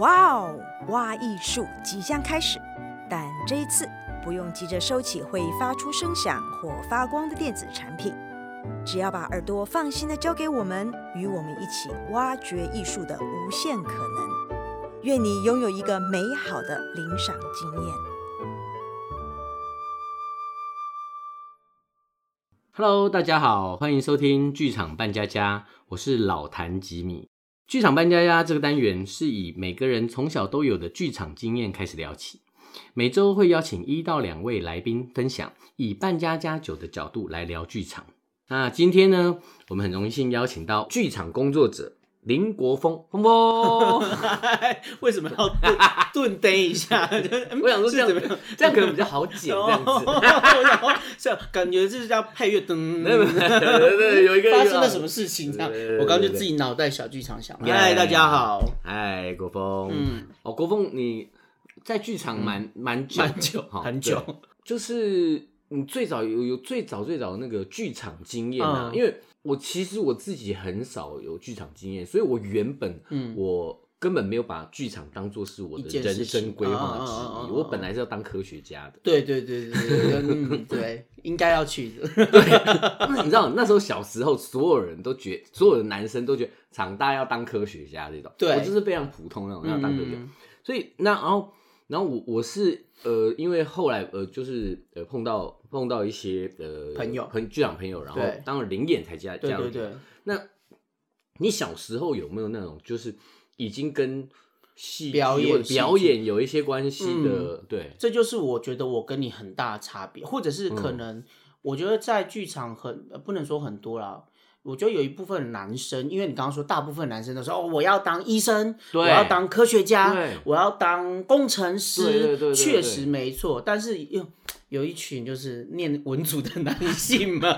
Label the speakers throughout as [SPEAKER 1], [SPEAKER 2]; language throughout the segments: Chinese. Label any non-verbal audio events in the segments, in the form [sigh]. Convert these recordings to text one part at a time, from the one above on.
[SPEAKER 1] 哇哦，挖艺术即将开始，但这一次不用急着收起会发出声响或发光的电子产品，只要把耳朵放心的交给我们，与我们一起挖掘艺术的无限可能。愿你拥有一个美好的领赏经验。
[SPEAKER 2] Hello，大家好，欢迎收听剧场扮家家，我是老谭吉米。剧场扮家家这个单元是以每个人从小都有的剧场经验开始聊起，每周会邀请一到两位来宾分享，以扮家家酒的角度来聊剧场。那今天呢，我们很荣幸邀请到剧场工作者林国峰，峰峰，
[SPEAKER 3] 为什么要顿顿呆一下？嗯
[SPEAKER 2] 我想说
[SPEAKER 3] 是
[SPEAKER 2] 这样
[SPEAKER 3] 怎么样？
[SPEAKER 2] [laughs] 这样可能比较好剪，这样子。
[SPEAKER 3] [laughs]
[SPEAKER 2] [laughs]
[SPEAKER 3] 然后是感觉这是叫配乐噔，
[SPEAKER 2] 对对对，有一个
[SPEAKER 3] 发生了什么？事情？这样
[SPEAKER 2] 对对对，对
[SPEAKER 3] 我刚刚就自己脑袋小剧场想。
[SPEAKER 2] 对
[SPEAKER 3] 嗨，大家好，
[SPEAKER 2] 哎，国峰，
[SPEAKER 3] 嗯，
[SPEAKER 2] 哦，国凤，你在剧场蛮蛮久的
[SPEAKER 3] 蛮久
[SPEAKER 2] 哈
[SPEAKER 3] 很久，
[SPEAKER 2] 对就是你最早有有最早最早的那个剧场经验啊，
[SPEAKER 3] 嗯
[SPEAKER 2] 因为我其实我自己很少有剧场经验，所以我原本
[SPEAKER 3] 嗯
[SPEAKER 2] 我。根本没有把剧场当做是我的
[SPEAKER 3] 一件
[SPEAKER 2] 人
[SPEAKER 3] 事情
[SPEAKER 2] 生规划之
[SPEAKER 3] 哦哦哦
[SPEAKER 2] 一，
[SPEAKER 3] 哦
[SPEAKER 2] 我本来是要当科学家的。
[SPEAKER 3] 对对对对对对，嗯，对，应该要去的。
[SPEAKER 2] 那你知道那时候小时候，所有人都觉，所有的男生都觉得长大要当科学家这种，
[SPEAKER 3] 对
[SPEAKER 2] 我就是非常普通那种要当科学家
[SPEAKER 3] 嗯。
[SPEAKER 2] 所以那然后然后我我是呃，因为后来呃就是呃碰到碰到一些呃
[SPEAKER 3] 朋友
[SPEAKER 2] 朋剧场朋友，然后
[SPEAKER 3] 对
[SPEAKER 2] 当然零演才加加
[SPEAKER 3] 对
[SPEAKER 2] 入。
[SPEAKER 3] 对对，
[SPEAKER 2] 那你小时候有没有那种就是已经跟戏剧
[SPEAKER 3] 表演嗯
[SPEAKER 2] 或者表演有一些关系的？
[SPEAKER 3] [laughs]
[SPEAKER 2] 对，
[SPEAKER 3] 这就是我觉得我跟你很大的差别，或者是
[SPEAKER 2] 嗯
[SPEAKER 3] 可能我觉得在剧场很、呃不能说很多啦。我觉得有一部分男生，因为你刚刚说大部分男生都说哦，我要当医生，
[SPEAKER 2] 对
[SPEAKER 3] 我要当科学家
[SPEAKER 2] 对，
[SPEAKER 3] 我要当工程师，
[SPEAKER 2] 对对对对对
[SPEAKER 3] 确实没错。但是又有一群就是念文组的男
[SPEAKER 2] [laughs]
[SPEAKER 3] 性嘛，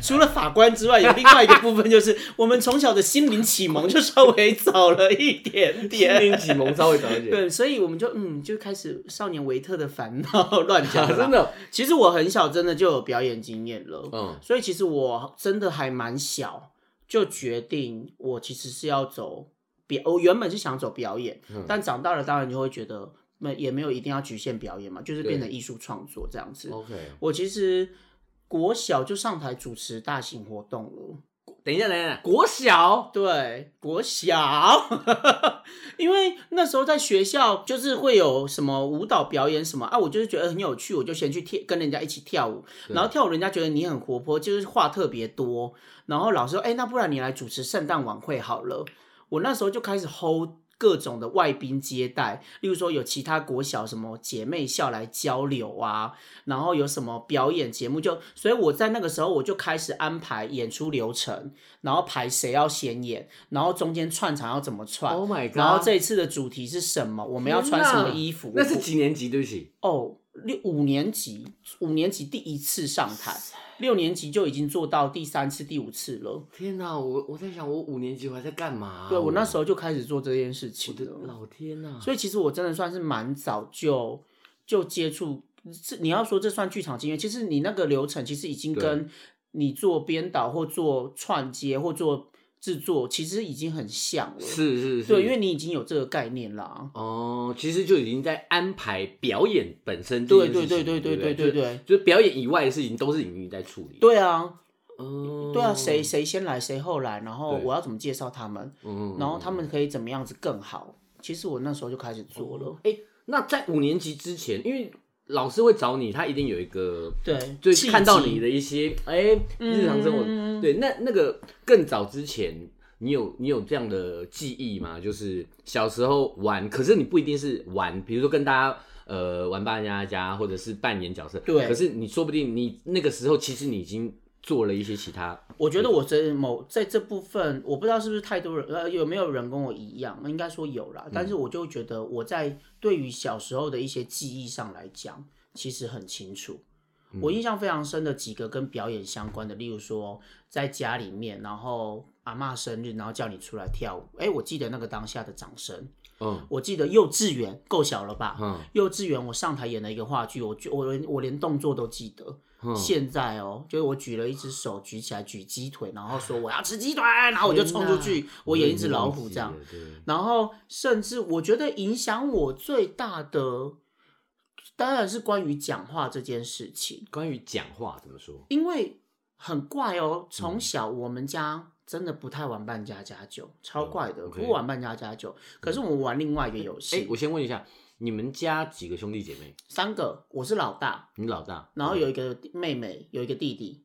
[SPEAKER 3] 除了法官之外，有另外一个部分就是我们从小的心灵启蒙就稍微早了一点点，
[SPEAKER 2] 心灵启蒙稍微早一点。
[SPEAKER 3] 对，所以我们就嗯，就开始少年维特的烦恼 [laughs] 乱讲、
[SPEAKER 2] [laughs] 啊， [laughs] 真。的，
[SPEAKER 3] 其实我很小，真的就有表演经验了，
[SPEAKER 2] 嗯，
[SPEAKER 3] 所以其实我真的还蛮小，就决定我其实是要走表。我原本是想走表演，
[SPEAKER 2] 嗯
[SPEAKER 3] 但长大了当然就会觉得没也没有一定要局限表演嘛，就是变成艺术创作这样子。
[SPEAKER 2] OK。
[SPEAKER 3] 我其实国小就上台主持大型活动了。
[SPEAKER 2] 等一下，等一下，国小
[SPEAKER 3] 对，国小， [laughs] 因为那时候在学校就是会有什么舞蹈表演什么啊，我就是觉得很有趣，我就先去跳，跟人家一起跳舞，然后跳舞人家觉得你很活泼，就是话特别多，然后老师说，哎、那不然你来主持圣诞晚会好了。我那时候就开始 hold 各种的外宾接待，例如说有其他国小什么姐妹校来交流啊，然后有什么表演节目就，所以我在那个时候我就开始安排演出流程，然后排谁要先演，然后中间串场要怎么串
[SPEAKER 2] Oh my god
[SPEAKER 3] 然后这一次的主题是什么，我们要穿什么衣服，
[SPEAKER 2] 那是几年级？对不起，
[SPEAKER 3] 哦，六五年级，五年级第一次上台，六年级就已经做到第三次、第五次了。
[SPEAKER 2] 天哪，我我在想，我五年级我还在干嘛、
[SPEAKER 3] 对我那时
[SPEAKER 2] 候，
[SPEAKER 3] 候就开始做这件事
[SPEAKER 2] 啊我
[SPEAKER 3] 情
[SPEAKER 2] 的
[SPEAKER 3] 了，
[SPEAKER 2] 老天呐、
[SPEAKER 3] 所以其实我真的算是蛮早就就接触。这你要说这算剧场经验，其实你那个流程其实已经
[SPEAKER 2] 对
[SPEAKER 3] 跟你做编导或做串接或做制作，其实已经很像了。
[SPEAKER 2] 是是是，
[SPEAKER 3] 对，因为你已经有这个概念啦。
[SPEAKER 2] 哦，其实就已经在安排表演本身这
[SPEAKER 3] 对
[SPEAKER 2] 件事
[SPEAKER 3] 对
[SPEAKER 2] 情，
[SPEAKER 3] 对对对
[SPEAKER 2] 不
[SPEAKER 3] 对对，对
[SPEAKER 2] 就是就是表演以外的事情都是你在处理。，
[SPEAKER 3] 对啊，
[SPEAKER 2] 嗯
[SPEAKER 3] 对啊，谁谁先来谁后来，然后
[SPEAKER 2] 对
[SPEAKER 3] 我要怎么介绍他们？
[SPEAKER 2] 嗯
[SPEAKER 3] 然后他们可以怎么样子更好？其实我那时候就开始做了，
[SPEAKER 2] 哎、那在五年级之前，因为老师会找你，他一定有一个。
[SPEAKER 3] 对，
[SPEAKER 2] 就是看到你
[SPEAKER 3] 的
[SPEAKER 2] 的一些哎、日常生活，
[SPEAKER 3] 嗯
[SPEAKER 2] 对，那那个更早之前，你有你有这样的记忆吗？就是小时候玩，可是你不一定是玩，比如说跟大家呃玩扮家家，或者是扮演角色，
[SPEAKER 3] 对
[SPEAKER 2] 可是你说不定你那个时候其实你已经做了一些其他，
[SPEAKER 3] 我觉得我在某在这部分，我不知道是不是太多人，呃，有没有人跟我一样？应该说有
[SPEAKER 2] 嗯
[SPEAKER 3] 啦，但是我就觉得我在对于小时候的一些记忆上来讲，其实很清楚。
[SPEAKER 2] 嗯
[SPEAKER 3] 我印象非常深的几个跟表演相关的，例如说在家里面，然后阿嬷生日，然后叫你出来跳舞，哎，我记得那个当下的掌声，
[SPEAKER 2] 嗯
[SPEAKER 3] 我记得幼稚园够小了吧？
[SPEAKER 2] 嗯，
[SPEAKER 3] 幼稚园我上台演了一个话剧，我就我连我连动作都记得，
[SPEAKER 2] 嗯
[SPEAKER 3] 现在哦，就是我举了一只手举起来举鸡腿，然后说我要吃鸡腿，然后我就冲出去，我演一只老虎这样。
[SPEAKER 2] 我已经忘记了，
[SPEAKER 3] 然后甚至我觉得影响我最大的，当然是关于讲话这件事情
[SPEAKER 2] 对，关于讲话怎么说？
[SPEAKER 3] 因为很怪
[SPEAKER 2] 嗯
[SPEAKER 3] 哦，从小我们家。真的不太玩扮家家酒，超怪的，
[SPEAKER 2] 哦，OK
[SPEAKER 3] 不玩扮家家酒。可是我们玩另外一个游
[SPEAKER 2] 哎、
[SPEAKER 3] 戏，
[SPEAKER 2] 我先问一下，你们家几个兄弟姐妹？
[SPEAKER 3] 三个，我是老大，
[SPEAKER 2] 你老大，嗯
[SPEAKER 3] 然后有一个妹妹，有一个弟弟。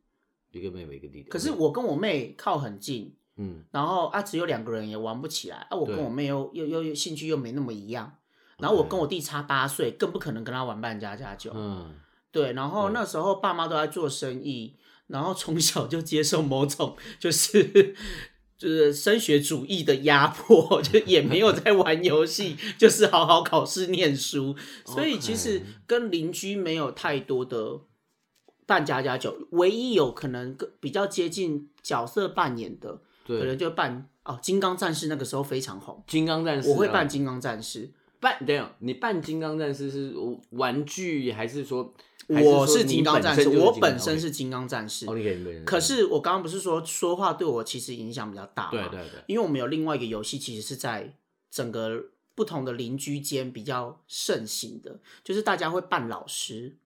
[SPEAKER 2] 一个妹妹，一个弟弟。
[SPEAKER 3] 可是，我跟我妹靠很近，
[SPEAKER 2] 嗯，
[SPEAKER 3] 然后啊，只有两个人也玩不起来啊。我跟
[SPEAKER 2] 对
[SPEAKER 3] 我妹又又又又兴趣又没那么一样，然后我
[SPEAKER 2] OK
[SPEAKER 3] 跟我弟差八岁，更不可能跟他玩扮家家酒。
[SPEAKER 2] 嗯，
[SPEAKER 3] 对，然后
[SPEAKER 2] 对
[SPEAKER 3] 那时候爸妈都在做生意，然后从小就接受某种就是 [laughs] 就是升学主义的压迫， [laughs] 就也没有在玩游戏，就是好好考试念书，所以其实
[SPEAKER 2] OK
[SPEAKER 3] 跟邻居没有太多的扮家家酒，唯一有可能跟比较接近角色扮演的，可能
[SPEAKER 2] 对，
[SPEAKER 3] 就扮哦金刚战士那个时候非常红，
[SPEAKER 2] 金刚战士、
[SPEAKER 3] 我会扮金刚战士，
[SPEAKER 2] 扮，等一下，你扮金刚战士是玩具还是说？
[SPEAKER 3] 我
[SPEAKER 2] 是
[SPEAKER 3] 金刚战士，我本身
[SPEAKER 2] 是
[SPEAKER 3] 是金刚战士
[SPEAKER 2] 哦，。你可以本身。
[SPEAKER 3] 可是我刚刚不是说说话对我其实影响比较大嘛？
[SPEAKER 2] 对对对，
[SPEAKER 3] 因为我们有另外一个游戏，其实是在整个不同的邻居间比较盛行的，就是大家会扮老师。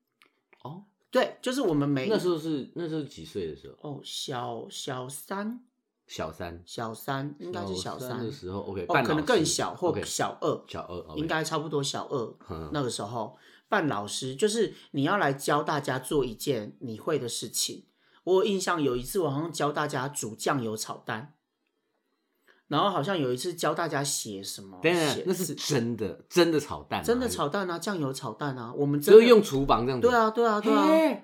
[SPEAKER 2] 哦，
[SPEAKER 3] 对，就是我们每
[SPEAKER 2] 那时候是那时候几岁的时候？
[SPEAKER 3] 哦小小三
[SPEAKER 2] 小三，
[SPEAKER 3] 小三应该是小
[SPEAKER 2] 三的时候，OK，
[SPEAKER 3] 哦
[SPEAKER 2] 扮
[SPEAKER 3] 可
[SPEAKER 2] 老
[SPEAKER 3] 能
[SPEAKER 2] 师
[SPEAKER 3] 更小或
[SPEAKER 2] OK，
[SPEAKER 3] 小二，
[SPEAKER 2] 小二，OK，
[SPEAKER 3] 应该差不多小二
[SPEAKER 2] 嗯
[SPEAKER 3] 那个时候扮老师，就是你要来教大家做一件你会的事情。我有印象有一次我好像教大家煮酱油炒蛋，然后好像有一次教大家写什么，
[SPEAKER 2] 等一下
[SPEAKER 3] 写
[SPEAKER 2] 那是真的真的炒蛋吗，
[SPEAKER 3] 真的
[SPEAKER 2] 还是，
[SPEAKER 3] 炒蛋啊，酱油炒蛋啊，我们真
[SPEAKER 2] 就
[SPEAKER 3] 的
[SPEAKER 2] 是用厨房这样子。
[SPEAKER 3] 对啊对啊对啊，
[SPEAKER 2] 嘿，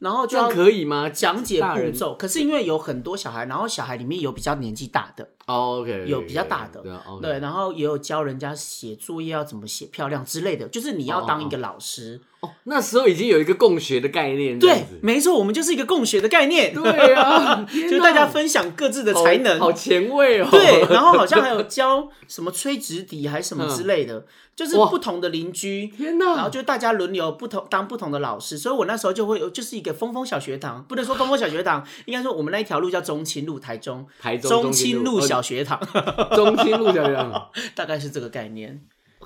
[SPEAKER 3] 然后
[SPEAKER 2] 这
[SPEAKER 3] 就
[SPEAKER 2] 样
[SPEAKER 3] 要
[SPEAKER 2] 可以吗？
[SPEAKER 3] 讲解
[SPEAKER 2] 大
[SPEAKER 3] 步
[SPEAKER 2] 人
[SPEAKER 3] 骤。可是因为有很多小孩，然后小孩里面有比较年纪大的，
[SPEAKER 2] 哦，OK，
[SPEAKER 3] 有比较大的
[SPEAKER 2] 对啊，OK，
[SPEAKER 3] 对，然后也有教人家写作业要怎么写漂亮之类的，就是你要当一个老师。
[SPEAKER 2] 哦，那时候已经有一个共学的概念，这
[SPEAKER 3] 对
[SPEAKER 2] 样子，
[SPEAKER 3] 没错，我们就是一个共学的概 [laughs] 念，
[SPEAKER 2] 对啊天
[SPEAKER 3] 就
[SPEAKER 2] 哪
[SPEAKER 3] 大家分享各自的
[SPEAKER 2] 好
[SPEAKER 3] 才能。
[SPEAKER 2] 好前卫哦。 [laughs]
[SPEAKER 3] 对，然后好像还有教什么吹直笛还是什么之类的，就是
[SPEAKER 2] 嗯哇
[SPEAKER 3] 不同的邻居，
[SPEAKER 2] 天哪
[SPEAKER 3] 然后就大家轮流不同当不同的老师，所以我那时候就会有就是一个峰峰小学堂，不能说峰峰小学堂，应该说我们那一条路叫中清路，台中
[SPEAKER 2] 台中
[SPEAKER 3] 中
[SPEAKER 2] 中清
[SPEAKER 3] 清
[SPEAKER 2] 路哦
[SPEAKER 3] 路小学堂，
[SPEAKER 2] [laughs]
[SPEAKER 3] [laughs]
[SPEAKER 2] 中心路小啊样，
[SPEAKER 3] 大概是这个概念。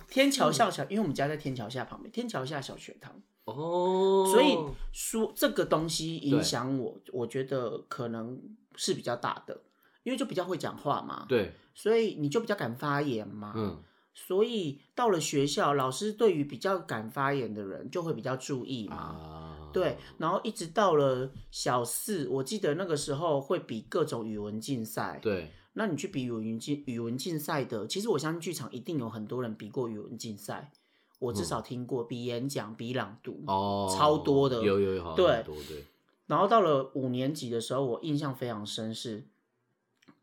[SPEAKER 3] 天
[SPEAKER 2] 嗯
[SPEAKER 3] 桥下小，因为我们家在天桥下旁边，天桥下小学堂，
[SPEAKER 2] 哦，
[SPEAKER 3] 所以书这个东西影响我，我觉得可能是比较大的，因为就比较会讲话嘛，
[SPEAKER 2] 对，
[SPEAKER 3] 所以你就比较敢发言嘛，
[SPEAKER 2] 嗯，
[SPEAKER 3] 所以到了学校，老师对于比较敢发言的人就会比较注意嘛。
[SPEAKER 2] 啊，
[SPEAKER 3] 对，然后一直到了小四，我记得那个时候会比各种语文竞赛。
[SPEAKER 2] 对，
[SPEAKER 3] 那你去比语文竞语文竞赛的，其实我相信剧场一定有很多人比过语文竞赛，我
[SPEAKER 2] 嗯
[SPEAKER 3] 至少听过、比演讲、比朗读。
[SPEAKER 2] 哦，
[SPEAKER 3] 超多的
[SPEAKER 2] 有有有，好
[SPEAKER 3] 对
[SPEAKER 2] 很多对，
[SPEAKER 3] 然后到了五年级的时候，我印象非常深是，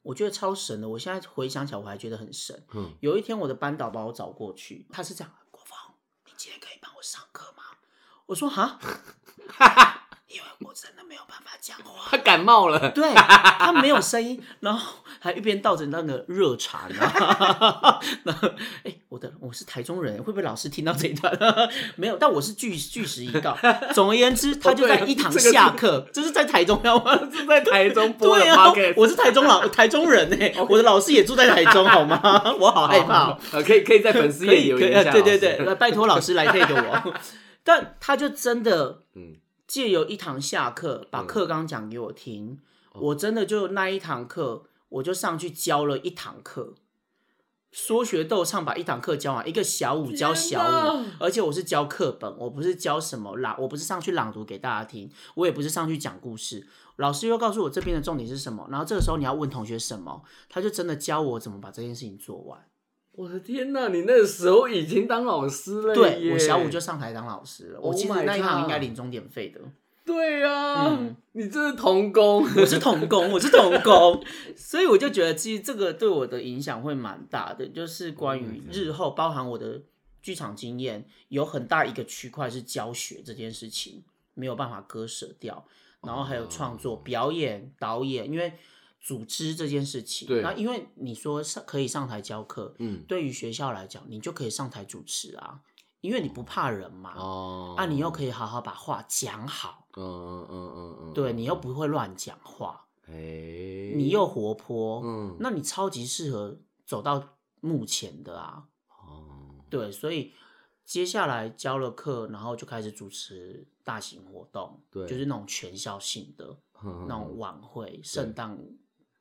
[SPEAKER 3] 我觉得超神的。我现在回想起来，我还觉得很神。 [laughs]
[SPEAKER 2] 嗯，
[SPEAKER 3] 有一天，我的班导把我找过去，他是这样：国芳，你今天可以帮我上课吗？我说哈， [laughs] 因为我真的没有办法讲话。
[SPEAKER 2] 他感冒了，
[SPEAKER 3] 对他没有声音，然后还一边倒着那个热茶，你知道吗 [laughs] 然后哎、我的我是台中人，会不会老师听到这一段？ [laughs] 没有，但我是据据实以告。总而言之，他就在一堂
[SPEAKER 2] 哦这个是
[SPEAKER 3] 下课，这是在台中要吗？
[SPEAKER 2] 是在台中播的
[SPEAKER 3] [laughs] 对啊
[SPEAKER 2] podcast，，
[SPEAKER 3] 我是台中老台中人哎、我的老师也住在台中，好吗？ [laughs] 我好害怕、哦。
[SPEAKER 2] 呃， [laughs] 可以可以在粉丝
[SPEAKER 3] 可
[SPEAKER 2] 页
[SPEAKER 3] 以，
[SPEAKER 2] 留
[SPEAKER 3] 可以，
[SPEAKER 2] 言一下，
[SPEAKER 3] 对对对
[SPEAKER 2] 老师，
[SPEAKER 3] 呃拜托老师来
[SPEAKER 2] [laughs]
[SPEAKER 3] take 我。但他就真的
[SPEAKER 2] 嗯，
[SPEAKER 3] 借由一堂下课，把课纲讲给我听，
[SPEAKER 2] 哦
[SPEAKER 3] 我真的就那一堂课，我就上去教了一堂课。说学逗唱把一堂课教完，一个小五教小五
[SPEAKER 2] 天哪，
[SPEAKER 3] 而且我是教课本，我不是教什么朗，我不是上去朗读给大家听，我也不是上去讲故事。老师又告诉我这边的重点是什么，然后这个时候你要问同学什么，他就真的教我怎么把这件事情做完。
[SPEAKER 2] 我的天哪，你那时候已经当老师了，
[SPEAKER 3] 对我小五就。上台当老师了，我
[SPEAKER 2] Oh
[SPEAKER 3] 其实
[SPEAKER 2] my
[SPEAKER 3] 那一行
[SPEAKER 2] God
[SPEAKER 3] 应该领钟点费的。
[SPEAKER 2] 对啊，
[SPEAKER 3] 嗯
[SPEAKER 2] 你这是童工，
[SPEAKER 3] 我是童工，我是童
[SPEAKER 2] [laughs]
[SPEAKER 3] 工，所以我就觉得其实这个对我的影响会蛮大的，就是关
[SPEAKER 2] Oh my
[SPEAKER 3] 于
[SPEAKER 2] God
[SPEAKER 3] 日后包含我的剧场经验，有很大一个区块是教学这件事情没有办法割舍掉，然后还有创作、
[SPEAKER 2] 哦
[SPEAKER 3] 表演、导演，因为组织这件事情，
[SPEAKER 2] 对
[SPEAKER 3] 那因为你说上可以上台教课，
[SPEAKER 2] 嗯，
[SPEAKER 3] 对于学校来讲，你就可以上台主持啊，因为你不怕人嘛，
[SPEAKER 2] 哦，
[SPEAKER 3] 啊，你又可以好好把话讲好，
[SPEAKER 2] 嗯嗯嗯嗯嗯，
[SPEAKER 3] 对你又不会乱讲话，
[SPEAKER 2] 哎，
[SPEAKER 3] 你
[SPEAKER 2] 你
[SPEAKER 3] 又活泼，
[SPEAKER 2] 嗯
[SPEAKER 3] 那你超级适合走到幕前的啊。
[SPEAKER 2] 哦，
[SPEAKER 3] 对，所以接下来教了课，然后就开始主持大型活动，
[SPEAKER 2] 对
[SPEAKER 3] 就是那种全校性的
[SPEAKER 2] 那
[SPEAKER 3] 那种晚会、圣诞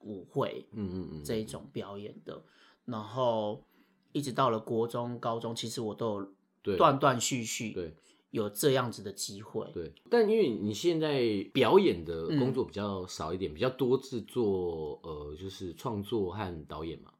[SPEAKER 3] 舞会
[SPEAKER 2] 嗯嗯嗯
[SPEAKER 3] 这一种表演的，然后一直到了国中、高中，其实我都有
[SPEAKER 2] 对
[SPEAKER 3] 断断续续
[SPEAKER 2] 对
[SPEAKER 3] 有这样子的机会。
[SPEAKER 2] 对，但因为你现在表演的
[SPEAKER 3] 嗯
[SPEAKER 2] 工作比较少一点，比较多制作，呃，就是创作和导演嘛。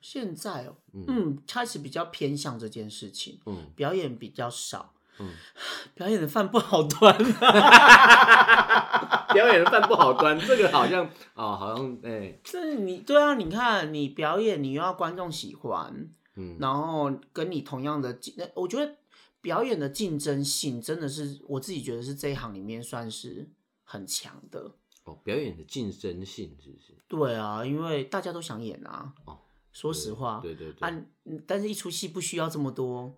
[SPEAKER 3] 现在哦，
[SPEAKER 2] 嗯
[SPEAKER 3] 嗯，开始比较偏向这件事情，
[SPEAKER 2] 嗯
[SPEAKER 3] [laughs] 表演比较少，
[SPEAKER 2] 嗯，
[SPEAKER 3] [sighs] 表演的饭不好端 [laughs] 啊，
[SPEAKER 2] 表演的饭不好端，这个好像哦，好像哎、
[SPEAKER 3] 这你对啊，你看你表演，你又要观众喜欢，
[SPEAKER 2] 嗯，
[SPEAKER 3] 然后跟你同样的竞，呃我觉得表演的竞争性真的是我自己觉得是这一行里面算是很强的。
[SPEAKER 2] 哦，表演的竞争性是不是？
[SPEAKER 3] 对啊，因为大家都想演啊。
[SPEAKER 2] 哦
[SPEAKER 3] 说实话，
[SPEAKER 2] 对对对，
[SPEAKER 3] 啊，嗯但是一出戏不需要这么多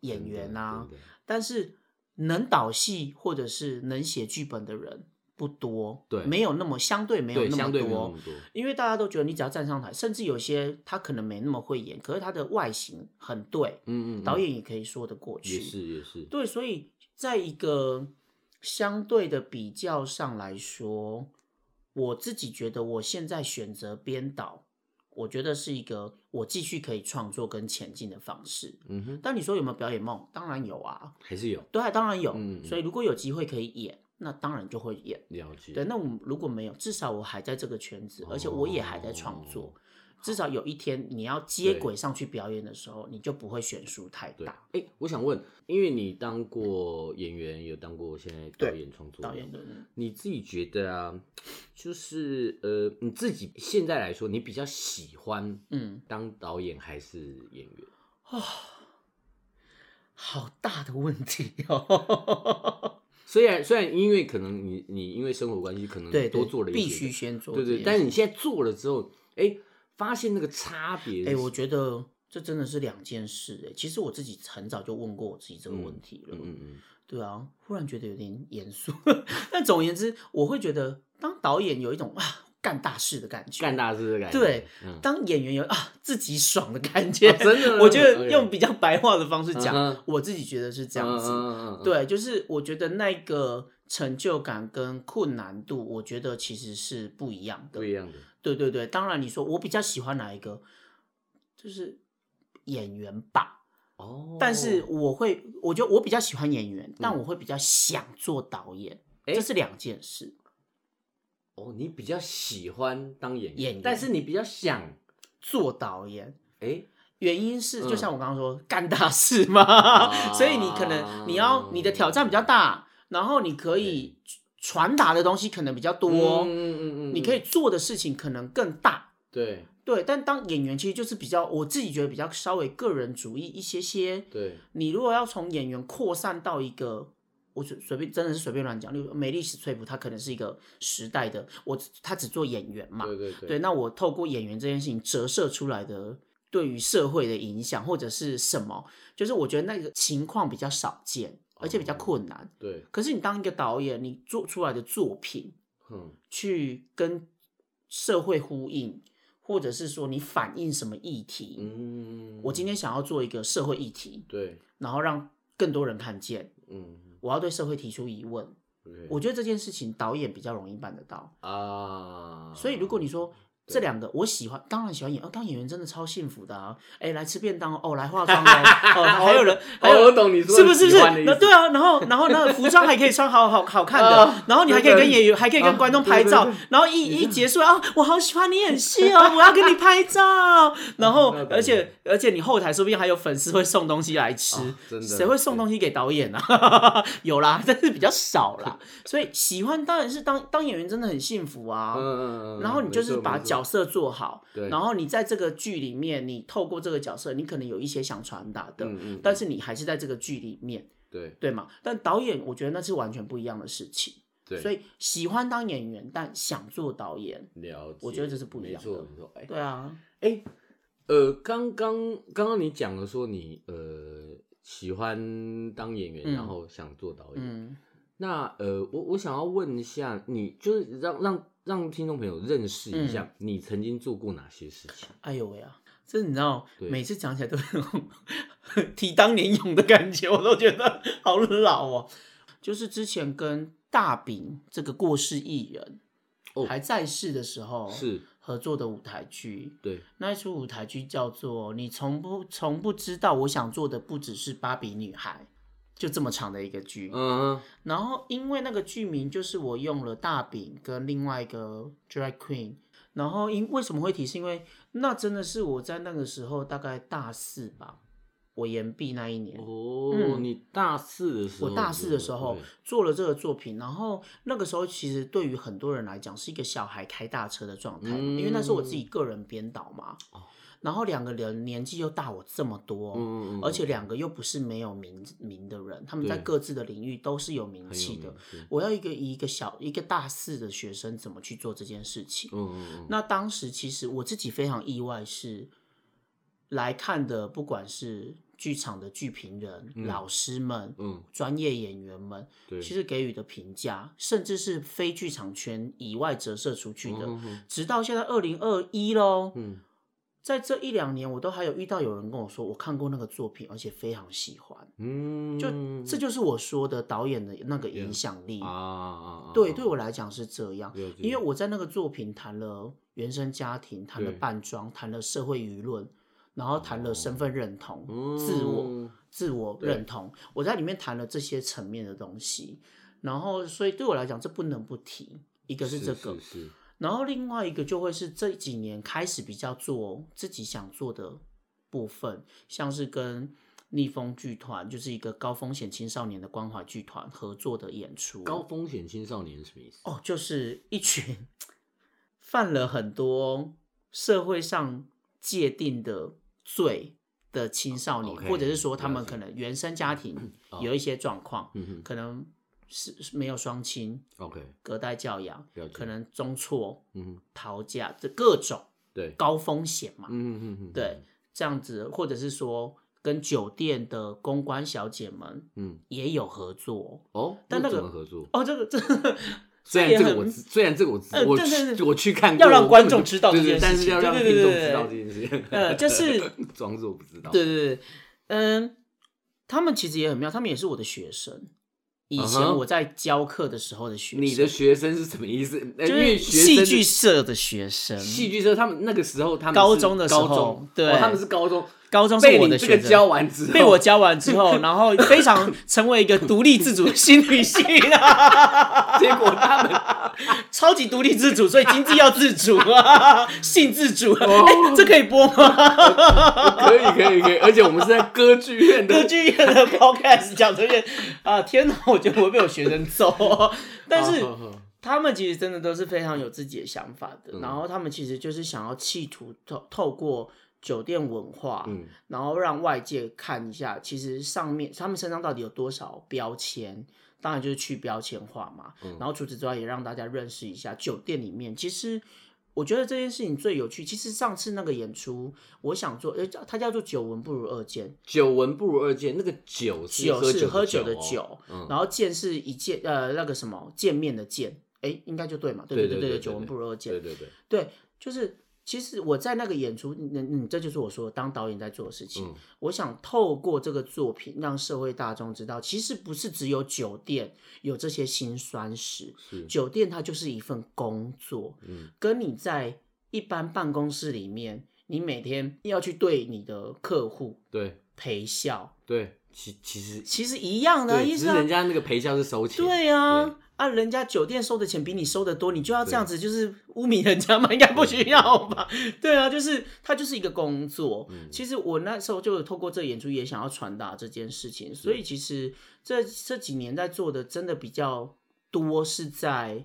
[SPEAKER 3] 演员啊
[SPEAKER 2] 真，的，真的
[SPEAKER 3] 但是能导戏或者是能写剧本的人不多，
[SPEAKER 2] 对
[SPEAKER 3] 没有那么相对没有
[SPEAKER 2] 对，
[SPEAKER 3] 那么
[SPEAKER 2] 相对没有那
[SPEAKER 3] 多
[SPEAKER 2] 么。多，
[SPEAKER 3] 因为大家都觉得你只要站上台，甚至有些他可能没那么会演，可是他的外形很对，
[SPEAKER 2] 嗯嗯，嗯
[SPEAKER 3] 导演也可以说得过去。
[SPEAKER 2] 也是也是，
[SPEAKER 3] 对，所以在一个相对的比较上来说，我自己觉得我现在选择编导，我觉得是一个我继续可以创作跟前进的方式。
[SPEAKER 2] 嗯哼，
[SPEAKER 3] 但你说有没有表演梦？当然有啊，
[SPEAKER 2] 还是有
[SPEAKER 3] 对啊，当然有。
[SPEAKER 2] 嗯
[SPEAKER 3] 所以如果有机会可以演，那当然就会演。
[SPEAKER 2] 了解，
[SPEAKER 3] 对，那我们如果没有，至少我还在这个圈子，而且我也还在创作。
[SPEAKER 2] 哦
[SPEAKER 3] 至少有一天你要接
[SPEAKER 2] 对
[SPEAKER 3] 轨上去表演的时候，你就不会悬殊太
[SPEAKER 2] 对，
[SPEAKER 3] 大
[SPEAKER 2] 哎。、我想问，因为你当过演员，有当过现在导
[SPEAKER 3] 对
[SPEAKER 2] 演创作
[SPEAKER 3] 导
[SPEAKER 2] 人
[SPEAKER 3] 演的
[SPEAKER 2] 你自己觉得啊，就是呃，你自己现在来说，你比较喜欢
[SPEAKER 3] 嗯，哦
[SPEAKER 2] 当导演还是演员？
[SPEAKER 3] 好大的问题哦。
[SPEAKER 2] [laughs] 虽然虽然因为可能你你因为生活关系，可能
[SPEAKER 3] 对，对
[SPEAKER 2] 嗯多做了一些，
[SPEAKER 3] 必须先做
[SPEAKER 2] 对
[SPEAKER 3] 这
[SPEAKER 2] 对，
[SPEAKER 3] 件事。
[SPEAKER 2] 但是你现在做了之后，哎、发现那个差别，
[SPEAKER 3] 哎、我觉得这真的是两件事哎。其实我自己很早就问过我自己这个问题了。
[SPEAKER 2] 嗯嗯嗯，
[SPEAKER 3] 对啊，忽然觉得有点严肃。 [laughs] 但总而言之，我会觉得当导演有一种啊干大事的感觉，
[SPEAKER 2] 干大事的感觉，
[SPEAKER 3] 对
[SPEAKER 2] 嗯，
[SPEAKER 3] 当演员有啊自己爽的感觉。
[SPEAKER 2] 啊真的
[SPEAKER 3] 我觉得
[SPEAKER 2] OK
[SPEAKER 3] 用比较白话的方式讲
[SPEAKER 2] 嗯哼
[SPEAKER 3] 我自己觉得是这样子。
[SPEAKER 2] 嗯，嗯，
[SPEAKER 3] 对，就是我觉得那个成就感跟困难度，我觉得其实是不一样的
[SPEAKER 2] 不。一样的，
[SPEAKER 3] 对对对，当然你说我比较喜欢哪一个，就是演员吧。
[SPEAKER 2] 哦，嗯
[SPEAKER 3] 但是我会，我觉得我比较喜欢演员，但我会比较想做导演，
[SPEAKER 2] 诶
[SPEAKER 3] 这是两件事。
[SPEAKER 2] 哦，你比较喜欢当演员，
[SPEAKER 3] 演员
[SPEAKER 2] 但是你比较想，
[SPEAKER 3] 做导演
[SPEAKER 2] 哎、
[SPEAKER 3] 原因是，就
[SPEAKER 2] 嗯啊
[SPEAKER 3] 像我刚刚说，干大事嘛，所以你可能你要你的挑战比较大，然后你可以传达的东西可能比较多，
[SPEAKER 2] 嗯
[SPEAKER 3] 你可以做的事情可能更大。
[SPEAKER 2] 对
[SPEAKER 3] 对，但当演员其实就是比较，我自己觉得比较稍微个人主义一些些。
[SPEAKER 2] 对，
[SPEAKER 3] 你如果要从演员扩散到一个，我随随便真的是随便乱讲，例如美丽史翠普，她可能是一个时代的，我她只做演员嘛，
[SPEAKER 2] 对对对，
[SPEAKER 3] 对，那我透过演员这件事情折射出来的对于社会的影响或者是什么，就是我觉得那个情况比较少见，而且比较
[SPEAKER 2] 哦
[SPEAKER 3] 困难。
[SPEAKER 2] 对，
[SPEAKER 3] 可是你当一个导演，你做出来的作品
[SPEAKER 2] 嗯，
[SPEAKER 3] 去跟社会呼应，或者是说你反映什么议题，
[SPEAKER 2] 嗯
[SPEAKER 3] 我今天想要做一个社会议题，
[SPEAKER 2] 对，
[SPEAKER 3] 然后让更多人看见，
[SPEAKER 2] 嗯，
[SPEAKER 3] 我要对社会提出疑问。
[SPEAKER 2] 对
[SPEAKER 3] 我觉得这件事情导演比较容易办得到。
[SPEAKER 2] 啊，
[SPEAKER 3] 所以如果你说这
[SPEAKER 2] 对
[SPEAKER 3] 两个，我喜欢，当然喜欢演，哦，当演员真的超幸福的啊！哎，来吃便当哦哦，来化妆哦，哦，
[SPEAKER 2] [laughs]
[SPEAKER 3] 还有人，还
[SPEAKER 2] 哦，
[SPEAKER 3] 有
[SPEAKER 2] 我懂你说
[SPEAKER 3] 是不是？是
[SPEAKER 2] 喜欢的意
[SPEAKER 3] 那
[SPEAKER 2] 思，
[SPEAKER 3] 对啊，然后然后那个服装还可以穿好好好看的
[SPEAKER 2] 啊，
[SPEAKER 3] 然后你还可以
[SPEAKER 2] 真的
[SPEAKER 3] 跟演员，还可以跟
[SPEAKER 2] 啊
[SPEAKER 3] 观众
[SPEAKER 2] 对
[SPEAKER 3] 拍
[SPEAKER 2] 对
[SPEAKER 3] 照
[SPEAKER 2] 对，
[SPEAKER 3] 然后一一结束啊，我好喜欢你演戏哦，我要跟你拍
[SPEAKER 2] [laughs]
[SPEAKER 3] 照，然后
[SPEAKER 2] 那当然
[SPEAKER 3] 而且而且你后台说不定还有粉丝会送东西来吃
[SPEAKER 2] 啊，真的
[SPEAKER 3] 谁会送东西给导演啊？ [laughs] 有啦，但是比较少
[SPEAKER 2] [laughs]
[SPEAKER 3] 啦，所以喜欢当然是当当演员真的很幸福啊，
[SPEAKER 2] 嗯，嗯嗯，
[SPEAKER 3] 然后你就是把角
[SPEAKER 2] 脚，
[SPEAKER 3] 色做好，
[SPEAKER 2] 对
[SPEAKER 3] 然后你在这个剧里面，你透过这个角色，你可能有一些想传达的，
[SPEAKER 2] 嗯嗯嗯
[SPEAKER 3] 但是你还是在这个剧里面，
[SPEAKER 2] 对
[SPEAKER 3] 对吗？但导演，我觉得那是完全不一样的事情。
[SPEAKER 2] 对，
[SPEAKER 3] 所
[SPEAKER 2] 以
[SPEAKER 3] 以喜欢当演员，但想做导演，
[SPEAKER 2] 了解，
[SPEAKER 3] 我觉得这是不一样的
[SPEAKER 2] 没错没错，哎
[SPEAKER 3] 对啊，
[SPEAKER 2] 哎，呃，刚刚刚刚你讲了说你呃喜欢当演员，
[SPEAKER 3] 嗯
[SPEAKER 2] 然后想做导演，
[SPEAKER 3] 嗯，
[SPEAKER 2] 那呃，我我想要问一下，你就是让让让听众朋友认识一下，
[SPEAKER 3] 嗯
[SPEAKER 2] 你曾经做过哪些事情？
[SPEAKER 3] 哎呦喂啊！这你知道，
[SPEAKER 2] 对
[SPEAKER 3] 每次讲起来都有 [laughs] 提当年勇的感觉，我都觉得好老哦。就是之前跟大饼这个过世艺人、
[SPEAKER 2] 哦
[SPEAKER 3] 还在世的时候，
[SPEAKER 2] 是，
[SPEAKER 3] 合作的舞台剧。
[SPEAKER 2] 对，
[SPEAKER 3] 那一出舞台剧叫做《你从不从不知道我想做的不只是芭比女孩》，就这么长的一个剧。
[SPEAKER 2] 嗯，
[SPEAKER 3] 然后因为那个剧名就是我用了大饼跟另外一个 drag queen，然后因为什么会提是因为那真的是我在那个时候大概大四吧，我研毕那一年。
[SPEAKER 2] 哦，
[SPEAKER 3] 嗯
[SPEAKER 2] 你大四的时候，
[SPEAKER 3] 我大四的时候
[SPEAKER 2] 对
[SPEAKER 3] 做了这个作品，然后那个时候其实对于很多人来讲是一个小孩开大车的状态嘛，
[SPEAKER 2] 嗯
[SPEAKER 3] 因为那是我自己个人编导嘛
[SPEAKER 2] 哦。
[SPEAKER 3] 然后两个人年纪又大我这么多，
[SPEAKER 2] 嗯嗯嗯，
[SPEAKER 3] 而且两个又不是没有名名的人，他们在
[SPEAKER 2] 对
[SPEAKER 3] 各自的领域都是有名
[SPEAKER 2] 很有
[SPEAKER 3] 气
[SPEAKER 2] 名
[SPEAKER 3] 的。，
[SPEAKER 2] 对
[SPEAKER 3] 我要一个一个小一个大四的学生怎么去做这件事情？
[SPEAKER 2] 嗯嗯嗯，
[SPEAKER 3] 那当时其实我自己非常意外是，来看的不管是剧场的剧评人、
[SPEAKER 2] 嗯
[SPEAKER 3] 老师们、
[SPEAKER 2] 嗯
[SPEAKER 3] 专业演员们，
[SPEAKER 2] 对，
[SPEAKER 3] 其实给予的评价，甚至是非剧场圈以外折射出去的，
[SPEAKER 2] 嗯嗯嗯
[SPEAKER 3] 直到现在二零二一喽。
[SPEAKER 2] 嗯
[SPEAKER 3] 在这一两年，我都还有遇到有人跟我说，我看过那个作品，而且非常喜欢。
[SPEAKER 2] 嗯，
[SPEAKER 3] 就、这就是我说的导演的那个影
[SPEAKER 2] Yeah
[SPEAKER 3] 响力
[SPEAKER 2] 啊啊啊，
[SPEAKER 3] 对，对我来讲是这样，
[SPEAKER 2] 了解
[SPEAKER 3] 因为我在那个作品谈了原生家庭，谈了
[SPEAKER 2] 对
[SPEAKER 3] 扮装，谈了社会舆论，然后谈了身份认同、自我、
[SPEAKER 2] 哦嗯
[SPEAKER 3] 自我
[SPEAKER 2] 对
[SPEAKER 3] 认同，我在里面谈了这些层面的东西，然后所以对我来讲，这不能不提。一个是这个，
[SPEAKER 2] 是
[SPEAKER 3] 然后另外一个就会是这几年开始比较做自己想做的部分，像是跟逆风剧团，就是一个高风险青少年的关怀剧团合作的演出。
[SPEAKER 2] 高风险青少年是什么意思？
[SPEAKER 3] 哦，就是一群犯了很多社会上界定的罪的青少年
[SPEAKER 2] 哦 OK，
[SPEAKER 3] 或者是说他
[SPEAKER 2] 了
[SPEAKER 3] 们
[SPEAKER 2] 解
[SPEAKER 3] 可能原生家庭
[SPEAKER 2] 哦
[SPEAKER 3] 有一些状况，
[SPEAKER 2] 嗯
[SPEAKER 3] 可能是是没有双亲、
[SPEAKER 2] 哼，OK，
[SPEAKER 3] 隔代教养
[SPEAKER 2] 了，解
[SPEAKER 3] 可能中辍、
[SPEAKER 2] 嗯哼，
[SPEAKER 3] 逃嫁这各种
[SPEAKER 2] 对，
[SPEAKER 3] 高风险嘛，
[SPEAKER 2] 嗯哼哼，
[SPEAKER 3] 对，这样子，或者是说跟酒店的公关小姐们
[SPEAKER 2] 嗯，
[SPEAKER 3] 也有合作
[SPEAKER 2] 哦，
[SPEAKER 3] 但那个
[SPEAKER 2] 怎么合作？
[SPEAKER 3] 哦，这个这个
[SPEAKER 2] 虽然
[SPEAKER 3] 也
[SPEAKER 2] 这个
[SPEAKER 3] 很
[SPEAKER 2] 我知虽然这个我知
[SPEAKER 3] 呃
[SPEAKER 2] 我
[SPEAKER 3] 对对对
[SPEAKER 2] 去我去看过，
[SPEAKER 3] 要让
[SPEAKER 2] 我
[SPEAKER 3] 观
[SPEAKER 2] 根本
[SPEAKER 3] 众
[SPEAKER 2] 不
[SPEAKER 3] 知道
[SPEAKER 2] 对
[SPEAKER 3] 这
[SPEAKER 2] 对
[SPEAKER 3] 件
[SPEAKER 2] 但
[SPEAKER 3] 事
[SPEAKER 2] 是
[SPEAKER 3] 情
[SPEAKER 2] 要让
[SPEAKER 3] 对
[SPEAKER 2] 听
[SPEAKER 3] 对对
[SPEAKER 2] 众
[SPEAKER 3] 对
[SPEAKER 2] 知道这件事，
[SPEAKER 3] 呃就是
[SPEAKER 2] [laughs] 装作不知道，
[SPEAKER 3] 对对对，嗯，他们其实也很妙，他们也是我的学生。以前
[SPEAKER 2] 嗯哼
[SPEAKER 3] 我在教课的时候的学生，
[SPEAKER 2] 你的学生是什么意思？呃
[SPEAKER 3] 就
[SPEAKER 2] 因为
[SPEAKER 3] 是
[SPEAKER 2] 学生
[SPEAKER 3] 戏
[SPEAKER 2] 的
[SPEAKER 3] 剧社的学生，
[SPEAKER 2] 戏剧社，他们那个时候他们
[SPEAKER 3] 高
[SPEAKER 2] 是
[SPEAKER 3] 中的时候
[SPEAKER 2] 高中
[SPEAKER 3] 对
[SPEAKER 2] 哦他们是高中，
[SPEAKER 3] 高中是
[SPEAKER 2] 被
[SPEAKER 3] 我
[SPEAKER 2] 你
[SPEAKER 3] 的
[SPEAKER 2] 这个
[SPEAKER 3] 学生，
[SPEAKER 2] 教完之后，[laughs]
[SPEAKER 3] 被我教完之后，然后非常成为一个独立自主的新女性啊， [laughs]
[SPEAKER 2] 结果他们 [laughs]
[SPEAKER 3] 超级独立自主，所以经济要自主啊， [laughs] 性自主啊，
[SPEAKER 2] 哦
[SPEAKER 3] 哎 [laughs] 这可以播吗？
[SPEAKER 2] 可以可以可以，而且我们是在歌剧院
[SPEAKER 3] 歌
[SPEAKER 2] 的，
[SPEAKER 3] 剧院的 podcast 讲这些啊，天哪，我觉得我会被我学生揍， [laughs] 但是。
[SPEAKER 2] 好好好
[SPEAKER 3] 他们其实真的都是非常有自己的想法的，然后他们其实就是想要企图透透过酒店文化，
[SPEAKER 2] 嗯
[SPEAKER 3] 然后让外界看一下，其实上面他们身上到底有多少标签，当然就是去标签化嘛。然后除此之外，也让大家认识一下酒店里面其实。我觉得这件事情最有趣。其实上次那个演出，我想做，呃，它叫做“久闻不如二见”，
[SPEAKER 2] 久闻不如二见，那个酒是
[SPEAKER 3] 酒是喝酒的
[SPEAKER 2] 哦
[SPEAKER 3] 酒，
[SPEAKER 2] 嗯
[SPEAKER 3] 然后见是一见呃那个什么见面的见，哎，应该就对嘛，对
[SPEAKER 2] 对
[SPEAKER 3] 对
[SPEAKER 2] 对
[SPEAKER 3] 对，
[SPEAKER 2] 对
[SPEAKER 3] 久闻
[SPEAKER 2] 对
[SPEAKER 3] 不如二
[SPEAKER 2] 对
[SPEAKER 3] 见，
[SPEAKER 2] 对对，
[SPEAKER 3] 对，就是其实我在那个演出，嗯嗯，这就是我说当导演在做的事情。
[SPEAKER 2] 嗯
[SPEAKER 3] 我想透过这个作品，让社会大众知道，其实不是只有酒店有这些辛酸史，
[SPEAKER 2] 是
[SPEAKER 3] 酒店它就是一份工作，
[SPEAKER 2] 嗯，
[SPEAKER 3] 跟你在一般办公室里面，你每天要去对你的客户
[SPEAKER 2] 对
[SPEAKER 3] 陪笑，
[SPEAKER 2] 对，其其实
[SPEAKER 3] 其实一样的
[SPEAKER 2] 对，
[SPEAKER 3] 意
[SPEAKER 2] 只
[SPEAKER 3] 思
[SPEAKER 2] 是
[SPEAKER 3] 啊
[SPEAKER 2] 人。家那个陪笑是收钱，
[SPEAKER 3] 对呀、
[SPEAKER 2] 对
[SPEAKER 3] 啊，人家酒店收的钱比你收的多，你就要这样子，就是污名人家嘛？应该不需要吧？
[SPEAKER 2] 嗯
[SPEAKER 3] 对啊，就是它就是一个工作。其实我那时候就有透过这个演出也想要传达这件事情，所以其实这这几年在做的真的比较多是在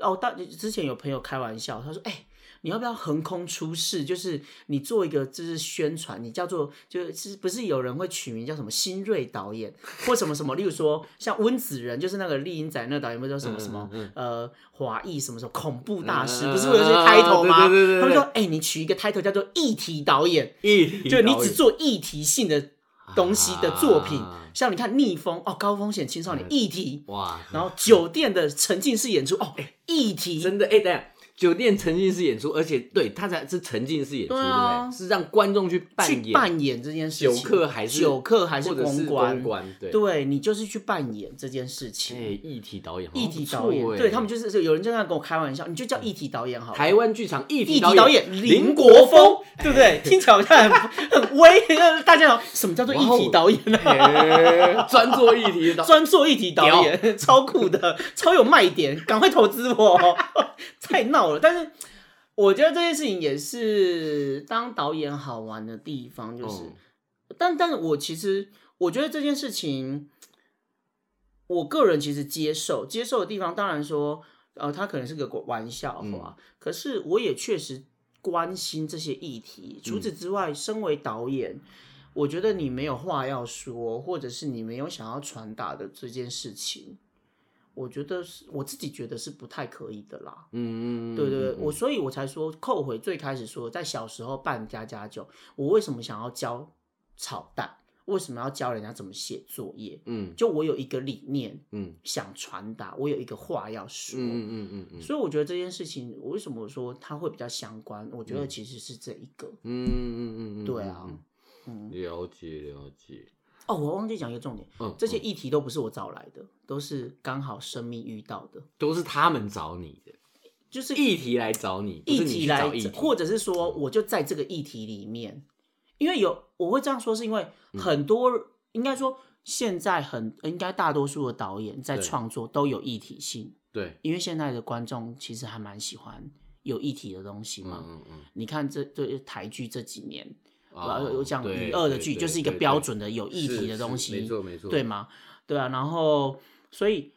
[SPEAKER 3] 哦，大之前有朋友开玩笑，他说：“哎、你要不要横空出世？就是你做一个，就是宣传，你叫做就是不是有人会取名叫什么新锐导演或什么什么？例如说像温子仁，就是那个丽英仔那个导演，不是叫什么什么、呃华裔什么什么恐怖大
[SPEAKER 2] 嗯
[SPEAKER 3] 师，
[SPEAKER 2] 嗯嗯嗯
[SPEAKER 3] 不是会有这些 title
[SPEAKER 2] 对
[SPEAKER 3] 吗？
[SPEAKER 2] 对对对对
[SPEAKER 3] 他们说：哎、你取一个 title 叫做议题导演，
[SPEAKER 2] 一
[SPEAKER 3] 就你只做议题性的东西的作品，
[SPEAKER 2] 啊
[SPEAKER 3] 像你看逆风哦，高风险青少年
[SPEAKER 2] 嗯
[SPEAKER 3] 议题，
[SPEAKER 2] 哇，
[SPEAKER 3] 然后酒店的沉浸式演出哦，议题
[SPEAKER 2] 真的哎、等一下。酒店沉浸式演出，而且对它才是沉浸式演出，
[SPEAKER 3] 对
[SPEAKER 2] 对
[SPEAKER 3] 啊
[SPEAKER 2] 不对？是让观众去扮
[SPEAKER 3] 去
[SPEAKER 2] 演
[SPEAKER 3] 扮演这件事
[SPEAKER 2] 酒
[SPEAKER 3] 情，
[SPEAKER 2] 客还是
[SPEAKER 3] 酒客还是
[SPEAKER 2] 或者
[SPEAKER 3] 公
[SPEAKER 2] 是
[SPEAKER 3] 关
[SPEAKER 2] 公，关？对，
[SPEAKER 3] 对你就是去扮演这件事
[SPEAKER 2] 哎，
[SPEAKER 3] 情。
[SPEAKER 2] 议题导演，
[SPEAKER 3] 议题导演，
[SPEAKER 2] 好像不错嗯哎
[SPEAKER 3] 对他们就是有人就这样跟我开玩笑，你就叫议题导演好了。
[SPEAKER 2] 台湾剧场议
[SPEAKER 3] 议
[SPEAKER 2] 题
[SPEAKER 3] 题导演林国峰，对不对？听起来好像很 [laughs] 很威，大家好，什么叫做议
[SPEAKER 2] 哦
[SPEAKER 3] 题导演呢、
[SPEAKER 2] 哎专做议题导，
[SPEAKER 3] 专做议题导演， [laughs] 超酷的，超有卖点，赶快投资我！ [laughs] 太闹了，但是我觉得这件事情也是当导演好玩的地方，就是，
[SPEAKER 2] 嗯
[SPEAKER 3] 但但我其实我觉得这件事情，我个人其实接受接受的地方，当然说，呃，它可能是个玩笑话，可是我也确实关心这些议题。除此之外，身为导演，我觉得你没有话要说，或者是你没有想要传达的这件事情，我觉得是我自己觉得是不太可以的啦。
[SPEAKER 2] 嗯，嗯
[SPEAKER 3] 对对对，
[SPEAKER 2] 嗯
[SPEAKER 3] 我所以我才说扣回最开始说，在小时候办家家酒，我为什么想要教炒蛋？为什么要教人家怎么写作业？
[SPEAKER 2] 嗯
[SPEAKER 3] 就我有一个理念
[SPEAKER 2] 嗯
[SPEAKER 3] 想传达，我有一个话要说。
[SPEAKER 2] 嗯嗯嗯嗯
[SPEAKER 3] 所以我觉得这件事情，我为什么我说它会比较相关？我觉得其实是这一个。
[SPEAKER 2] 嗯嗯嗯嗯，
[SPEAKER 3] 对啊
[SPEAKER 2] 嗯
[SPEAKER 3] 嗯，
[SPEAKER 2] 了解了解，
[SPEAKER 3] 哦，我忘记讲一个重点，
[SPEAKER 2] 嗯，
[SPEAKER 3] 这些
[SPEAKER 2] 嗯
[SPEAKER 3] 议题都不是我找来的，都是刚好生命遇到的，
[SPEAKER 2] 都是他们找你的，
[SPEAKER 3] 就是
[SPEAKER 2] 议题来找你，不
[SPEAKER 3] 议
[SPEAKER 2] 是你
[SPEAKER 3] 题
[SPEAKER 2] 去
[SPEAKER 3] 来
[SPEAKER 2] 找议
[SPEAKER 3] 找
[SPEAKER 2] 题，
[SPEAKER 3] 或者是说，我就在这个议题里面，因为有我会这样说，是因为
[SPEAKER 2] 嗯
[SPEAKER 3] 很多、应该说现在很应该大多数的导演在
[SPEAKER 2] 对
[SPEAKER 3] 创作都有议题性，
[SPEAKER 2] 对，
[SPEAKER 3] 因为现在的观众其实还蛮喜欢有议题的东西嘛。
[SPEAKER 2] 嗯嗯
[SPEAKER 3] 你看这这台剧这几年，
[SPEAKER 2] 嗯，
[SPEAKER 3] 然后有讲
[SPEAKER 2] 对
[SPEAKER 3] 娱乐的
[SPEAKER 2] 对
[SPEAKER 3] 剧
[SPEAKER 2] 对
[SPEAKER 3] 就是一个
[SPEAKER 2] 对
[SPEAKER 3] 标
[SPEAKER 2] 对
[SPEAKER 3] 准的有议
[SPEAKER 2] 是
[SPEAKER 3] 题的
[SPEAKER 2] 是
[SPEAKER 3] 东西，
[SPEAKER 2] 没错没错，
[SPEAKER 3] 对吗？对啊，然后所以，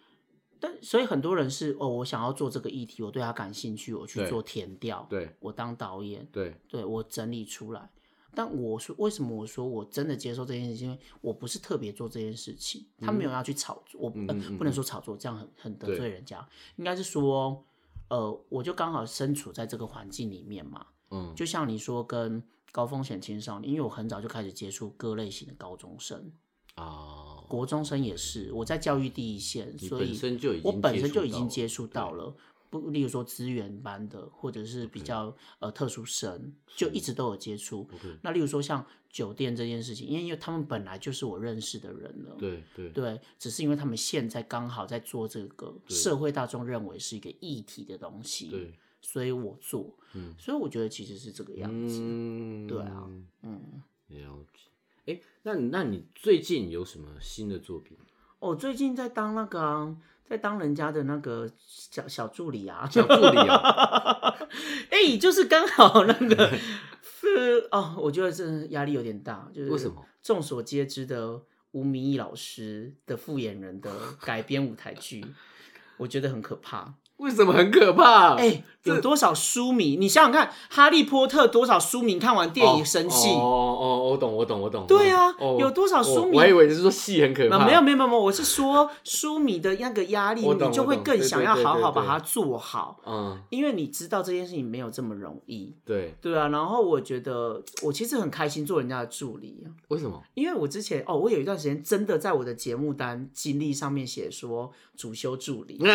[SPEAKER 3] 但所以很多人是哦，我想要做这个议题，我对它感兴趣，我去
[SPEAKER 2] 对
[SPEAKER 3] 做填调，
[SPEAKER 2] 对
[SPEAKER 3] 我当导演，
[SPEAKER 2] 对，
[SPEAKER 3] 对我整理出来。但我说为什么我说我真的接受这件事情，因为我不是特别做这件事情，他没有要去炒作，我、
[SPEAKER 2] 嗯
[SPEAKER 3] 呃
[SPEAKER 2] 嗯嗯
[SPEAKER 3] 不能说炒作，这样很很得
[SPEAKER 2] 对
[SPEAKER 3] 罪人家，应该是说，呃，我就刚好身处在这个环境里面嘛，
[SPEAKER 2] 嗯
[SPEAKER 3] 就像你说跟高风险青少年，因为我很早就开始接触各类型的高中生，
[SPEAKER 2] 啊，
[SPEAKER 3] 国中生也是，我在教育第一线，
[SPEAKER 2] 你
[SPEAKER 3] 所以
[SPEAKER 2] 本身就已经
[SPEAKER 3] 我本身就已
[SPEAKER 2] 到
[SPEAKER 3] 经
[SPEAKER 2] 了
[SPEAKER 3] 接触到了，不，例如说资源班的，或者是比较呃特殊生，就一直都有接触。那例如说像酒店这件事情，因为因为他们本来就是我认识的人了，
[SPEAKER 2] 对对
[SPEAKER 3] 对，只是因为他们现在刚好在做这个社会大众认为是一个议题的东西，
[SPEAKER 2] 对，
[SPEAKER 3] 所以我做，
[SPEAKER 2] 嗯
[SPEAKER 3] 所以我觉得其实是这个样子，
[SPEAKER 2] 嗯，
[SPEAKER 3] 对啊，嗯
[SPEAKER 2] 了解。哎，那你那你最近有什么新的作品？
[SPEAKER 3] 我、哦最近在当那个啊、在当人家的那个小小助理啊，
[SPEAKER 2] 小助理啊，
[SPEAKER 3] [laughs] 哎、就是刚好
[SPEAKER 2] [laughs]
[SPEAKER 3] 那个是哦，我觉得真的压力有点大，就是
[SPEAKER 2] 为什么？
[SPEAKER 3] 众所皆知的吴明义老师的复演人的改编舞台剧，我觉得很可怕。
[SPEAKER 2] 为什么很可怕？
[SPEAKER 3] 哎、
[SPEAKER 2] [laughs]
[SPEAKER 3] 有多少书迷？你想想看，《哈利波特》多少书迷看完电影生气？
[SPEAKER 2] 哦哦，我懂，我懂，我懂。
[SPEAKER 3] 对啊
[SPEAKER 2] 哦
[SPEAKER 3] 有多少书迷
[SPEAKER 2] 我还以为你是说戏很可
[SPEAKER 3] 那
[SPEAKER 2] 怕。
[SPEAKER 3] 啊没有没有没有没有，我是说书迷的那个压力，
[SPEAKER 2] 我懂
[SPEAKER 3] 你就
[SPEAKER 2] 我
[SPEAKER 3] 会
[SPEAKER 2] 懂
[SPEAKER 3] 更想要
[SPEAKER 2] 对对对
[SPEAKER 3] 好好把
[SPEAKER 2] 对
[SPEAKER 3] 它做好，
[SPEAKER 2] 嗯，
[SPEAKER 3] 因为你知道这件事情没有这么容易。
[SPEAKER 2] 对，
[SPEAKER 3] 对啊，然后我觉得我其实很开心做人家的助理，啊
[SPEAKER 2] 为什 [laughs] 么？
[SPEAKER 3] 因为我之前哦，我有一段时间真的在我的节目单经历上面写说主修助理，
[SPEAKER 2] 嗯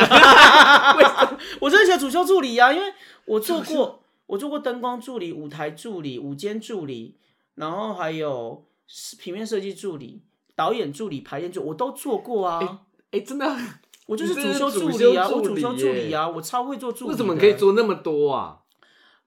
[SPEAKER 3] 我真的写主修助理啊，因为我做过我做过灯光助理、舞台助理、舞间助理，然后还有平面设计助理、导演助理、排练助理，我都做过啊。
[SPEAKER 2] 哎，真的， [laughs]
[SPEAKER 3] 我就是
[SPEAKER 2] 你
[SPEAKER 3] 主
[SPEAKER 2] 真的
[SPEAKER 3] 修
[SPEAKER 2] 是
[SPEAKER 3] 助
[SPEAKER 2] 主
[SPEAKER 3] 理啊，
[SPEAKER 2] 修
[SPEAKER 3] 我
[SPEAKER 2] 助
[SPEAKER 3] 主修
[SPEAKER 2] 理
[SPEAKER 3] 助
[SPEAKER 2] 耶
[SPEAKER 3] 理啊，我超会做助理。
[SPEAKER 2] 为什么可以？做那么多啊？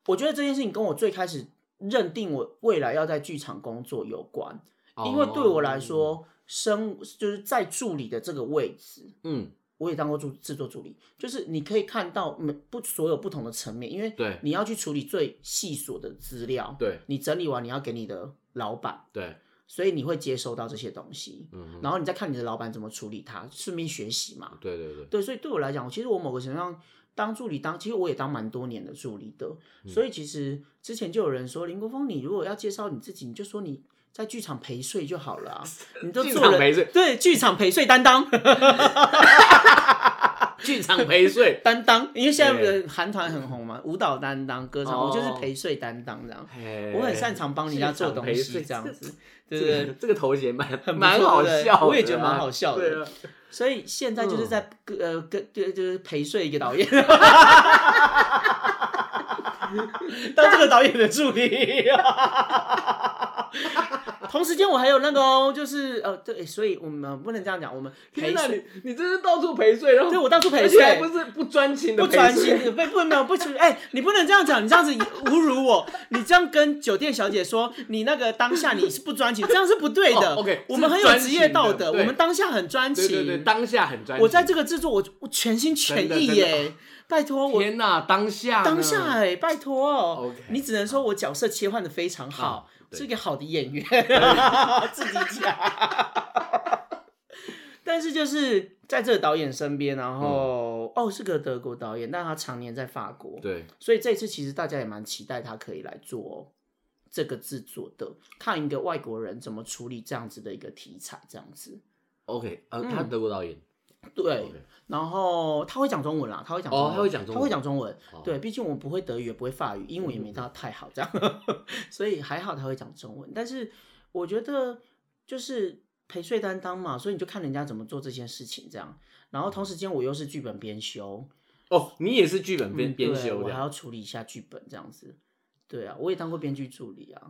[SPEAKER 3] 我觉得这件事情跟我最开始认定我未来要在剧场工作有关。因为对我来
[SPEAKER 2] 哦，
[SPEAKER 3] 说，生就是在助理的这个位置，
[SPEAKER 2] 嗯，
[SPEAKER 3] 我也当过助制作助理，就是你可以看到每不所有不同的层面，因为
[SPEAKER 2] 对
[SPEAKER 3] 你要去处理最细琐的资料，
[SPEAKER 2] 对
[SPEAKER 3] 你整理完你要给你的老板，
[SPEAKER 2] 对，
[SPEAKER 3] 所以你会接收到这些东西，
[SPEAKER 2] 嗯，
[SPEAKER 3] 然后你再看你的老板怎么处理它，顺便学习嘛。
[SPEAKER 2] 对对对，
[SPEAKER 3] 对，所以对我来讲，其实我某个程度上当助理当，其实我也当蛮多年的助理的。
[SPEAKER 2] 嗯
[SPEAKER 3] 所以其实之前就有人说，林国峰，你如果要介绍你自己，你就说你在剧场陪睡就好
[SPEAKER 2] [laughs]
[SPEAKER 3] 了啊、你都
[SPEAKER 2] 剧
[SPEAKER 3] 做
[SPEAKER 2] 场
[SPEAKER 3] 人
[SPEAKER 2] 陪睡
[SPEAKER 3] 对，剧场陪睡担当。
[SPEAKER 2] [laughs] 剧场陪睡。
[SPEAKER 3] 担当，因为现在
[SPEAKER 2] 对
[SPEAKER 3] 呃韩团很红嘛，舞蹈担当、歌唱，
[SPEAKER 2] 哦
[SPEAKER 3] 我就是陪睡担当这样。
[SPEAKER 2] [laughs] 嘿
[SPEAKER 3] 我很擅长帮人家做东
[SPEAKER 2] 剧场陪
[SPEAKER 3] 西
[SPEAKER 2] 睡 [laughs]
[SPEAKER 3] 这样子，
[SPEAKER 2] 这
[SPEAKER 3] 对不
[SPEAKER 2] 个
[SPEAKER 3] 对？
[SPEAKER 2] 这个头衔蛮
[SPEAKER 3] 很不错
[SPEAKER 2] 蛮好
[SPEAKER 3] 对不对
[SPEAKER 2] 笑的啊，
[SPEAKER 3] 我也觉得蛮好笑的
[SPEAKER 2] 对啊
[SPEAKER 3] 所以现在就是
[SPEAKER 2] 嗯
[SPEAKER 3] 在呃跟就就是陪睡一个导
[SPEAKER 2] [laughs]
[SPEAKER 3] 演，当这个导演的助理。同时间我还有那个哦，就是呃对，所以我们不能这样讲，我们陪
[SPEAKER 2] 天哪，
[SPEAKER 3] 睡，
[SPEAKER 2] 你哎你真是到处陪睡，然后
[SPEAKER 3] 对我到处陪
[SPEAKER 2] 而且还
[SPEAKER 3] 睡
[SPEAKER 2] 不。是不专情的，
[SPEAKER 3] 不专心，不不没有不专，哎、你不能这样讲，你这样子侮辱我，你这样跟酒店小姐说，你那个当下你是不专情，这样是不对的。
[SPEAKER 2] 哦，OK，
[SPEAKER 3] 我们很
[SPEAKER 2] 是
[SPEAKER 3] 有
[SPEAKER 2] 专
[SPEAKER 3] 职
[SPEAKER 2] 情
[SPEAKER 3] 业
[SPEAKER 2] 的
[SPEAKER 3] 道德，
[SPEAKER 2] 对
[SPEAKER 3] 我们当下很专
[SPEAKER 2] 对
[SPEAKER 3] 情。
[SPEAKER 2] 对对，当下很专情。
[SPEAKER 3] 嗯我在这个制作，我我全心全意
[SPEAKER 2] 真的真
[SPEAKER 3] 耶，拜托哦我
[SPEAKER 2] 天哪，当下呢
[SPEAKER 3] 当下哎，拜托哦
[SPEAKER 2] OK，
[SPEAKER 3] 你只能说我角色切换的非常好，
[SPEAKER 2] 嗯对
[SPEAKER 3] 是一个好的演员， [laughs] 自己讲。但是就是在这个导演身边，然后、哦是个德国导演，但他常年在法国，
[SPEAKER 2] 嗯对
[SPEAKER 3] 所以这次其实大家也蛮期待他可以来做这个制作的，看一个外国人怎么处理这样子的一个题材，这样子。
[SPEAKER 2] ，OK，呃，
[SPEAKER 3] 嗯
[SPEAKER 2] 他德国导演
[SPEAKER 3] 对
[SPEAKER 2] OK
[SPEAKER 3] 然后他会讲中文啦，他会讲
[SPEAKER 2] 哦
[SPEAKER 3] 中文
[SPEAKER 2] 他会讲中文
[SPEAKER 3] 他会讲中文。
[SPEAKER 2] 哦
[SPEAKER 3] 对，毕竟我不会德语，也不会法语，英文也没到太好这样， [laughs] 所以还好他会讲中文。但是我觉得就是陪睡担当嘛，所以你就看人家怎么做这件事情这样。然后同时间我又是剧本编修，
[SPEAKER 2] 哦，你也是剧本编
[SPEAKER 3] 嗯
[SPEAKER 2] 编
[SPEAKER 3] 对
[SPEAKER 2] 修
[SPEAKER 3] 我还
[SPEAKER 2] 的，
[SPEAKER 3] 要处理一下剧本这样子。对啊，我也当过编剧助理啊，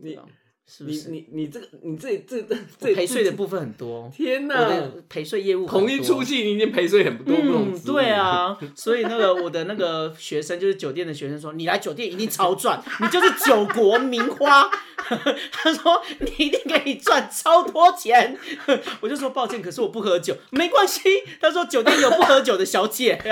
[SPEAKER 3] 对啊，是不
[SPEAKER 2] 你
[SPEAKER 3] 是？
[SPEAKER 2] 你你这个你这这这
[SPEAKER 3] 我
[SPEAKER 2] 这
[SPEAKER 3] 陪睡的部分很多，
[SPEAKER 2] 天
[SPEAKER 3] 我
[SPEAKER 2] 哪！
[SPEAKER 3] 的陪睡业务很
[SPEAKER 2] 同一
[SPEAKER 3] 多
[SPEAKER 2] 出戏，你已经陪睡很多不同
[SPEAKER 3] 嗯，
[SPEAKER 2] 职务
[SPEAKER 3] 对，啊， [laughs] 所以那个我的那个学生就是酒店的学生说，你来酒店一定超赚，你就是九国名花。 [laughs] 他说你一定可以赚超多钱， [laughs] 我就说抱歉，可是我不喝酒，没关系。他说酒店有不喝酒的小姐， [laughs]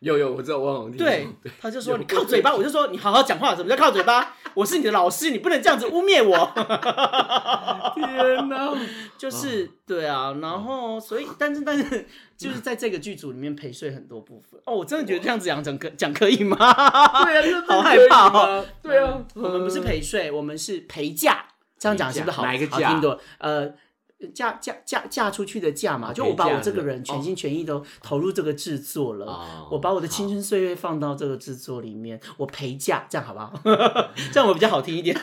[SPEAKER 2] 有有，我知道，我好像听
[SPEAKER 3] 对
[SPEAKER 2] 说，
[SPEAKER 3] 他就说你靠嘴巴，我就说你好好讲话，什么叫靠嘴巴？我是你的老师，你不能这样子污蔑我。 [laughs]
[SPEAKER 2] 天哪！
[SPEAKER 3] 就是、对啊，然后所以，但是但是，就是在这个剧组里面陪睡很多部分哦，我真的觉得这样子讲讲可讲可以吗？
[SPEAKER 2] 对啊，这
[SPEAKER 3] 好害怕哦
[SPEAKER 2] 这可以吗。对啊，
[SPEAKER 3] 我们不是陪睡，我们是陪嫁，这样讲是不是好
[SPEAKER 2] 哪一个
[SPEAKER 3] 好
[SPEAKER 2] 嫁
[SPEAKER 3] 听多？呃。嫁嫁嫁嫁出去的嫁嘛，就我把
[SPEAKER 2] 陪嫁
[SPEAKER 3] 我这个
[SPEAKER 2] 的
[SPEAKER 3] 人全心全意都投入这个制作了，
[SPEAKER 2] 哦
[SPEAKER 3] 我把我的青春岁月放到这个制作里面，我陪嫁，这样好
[SPEAKER 2] [laughs]
[SPEAKER 3] 不好？这样我比较好听一点。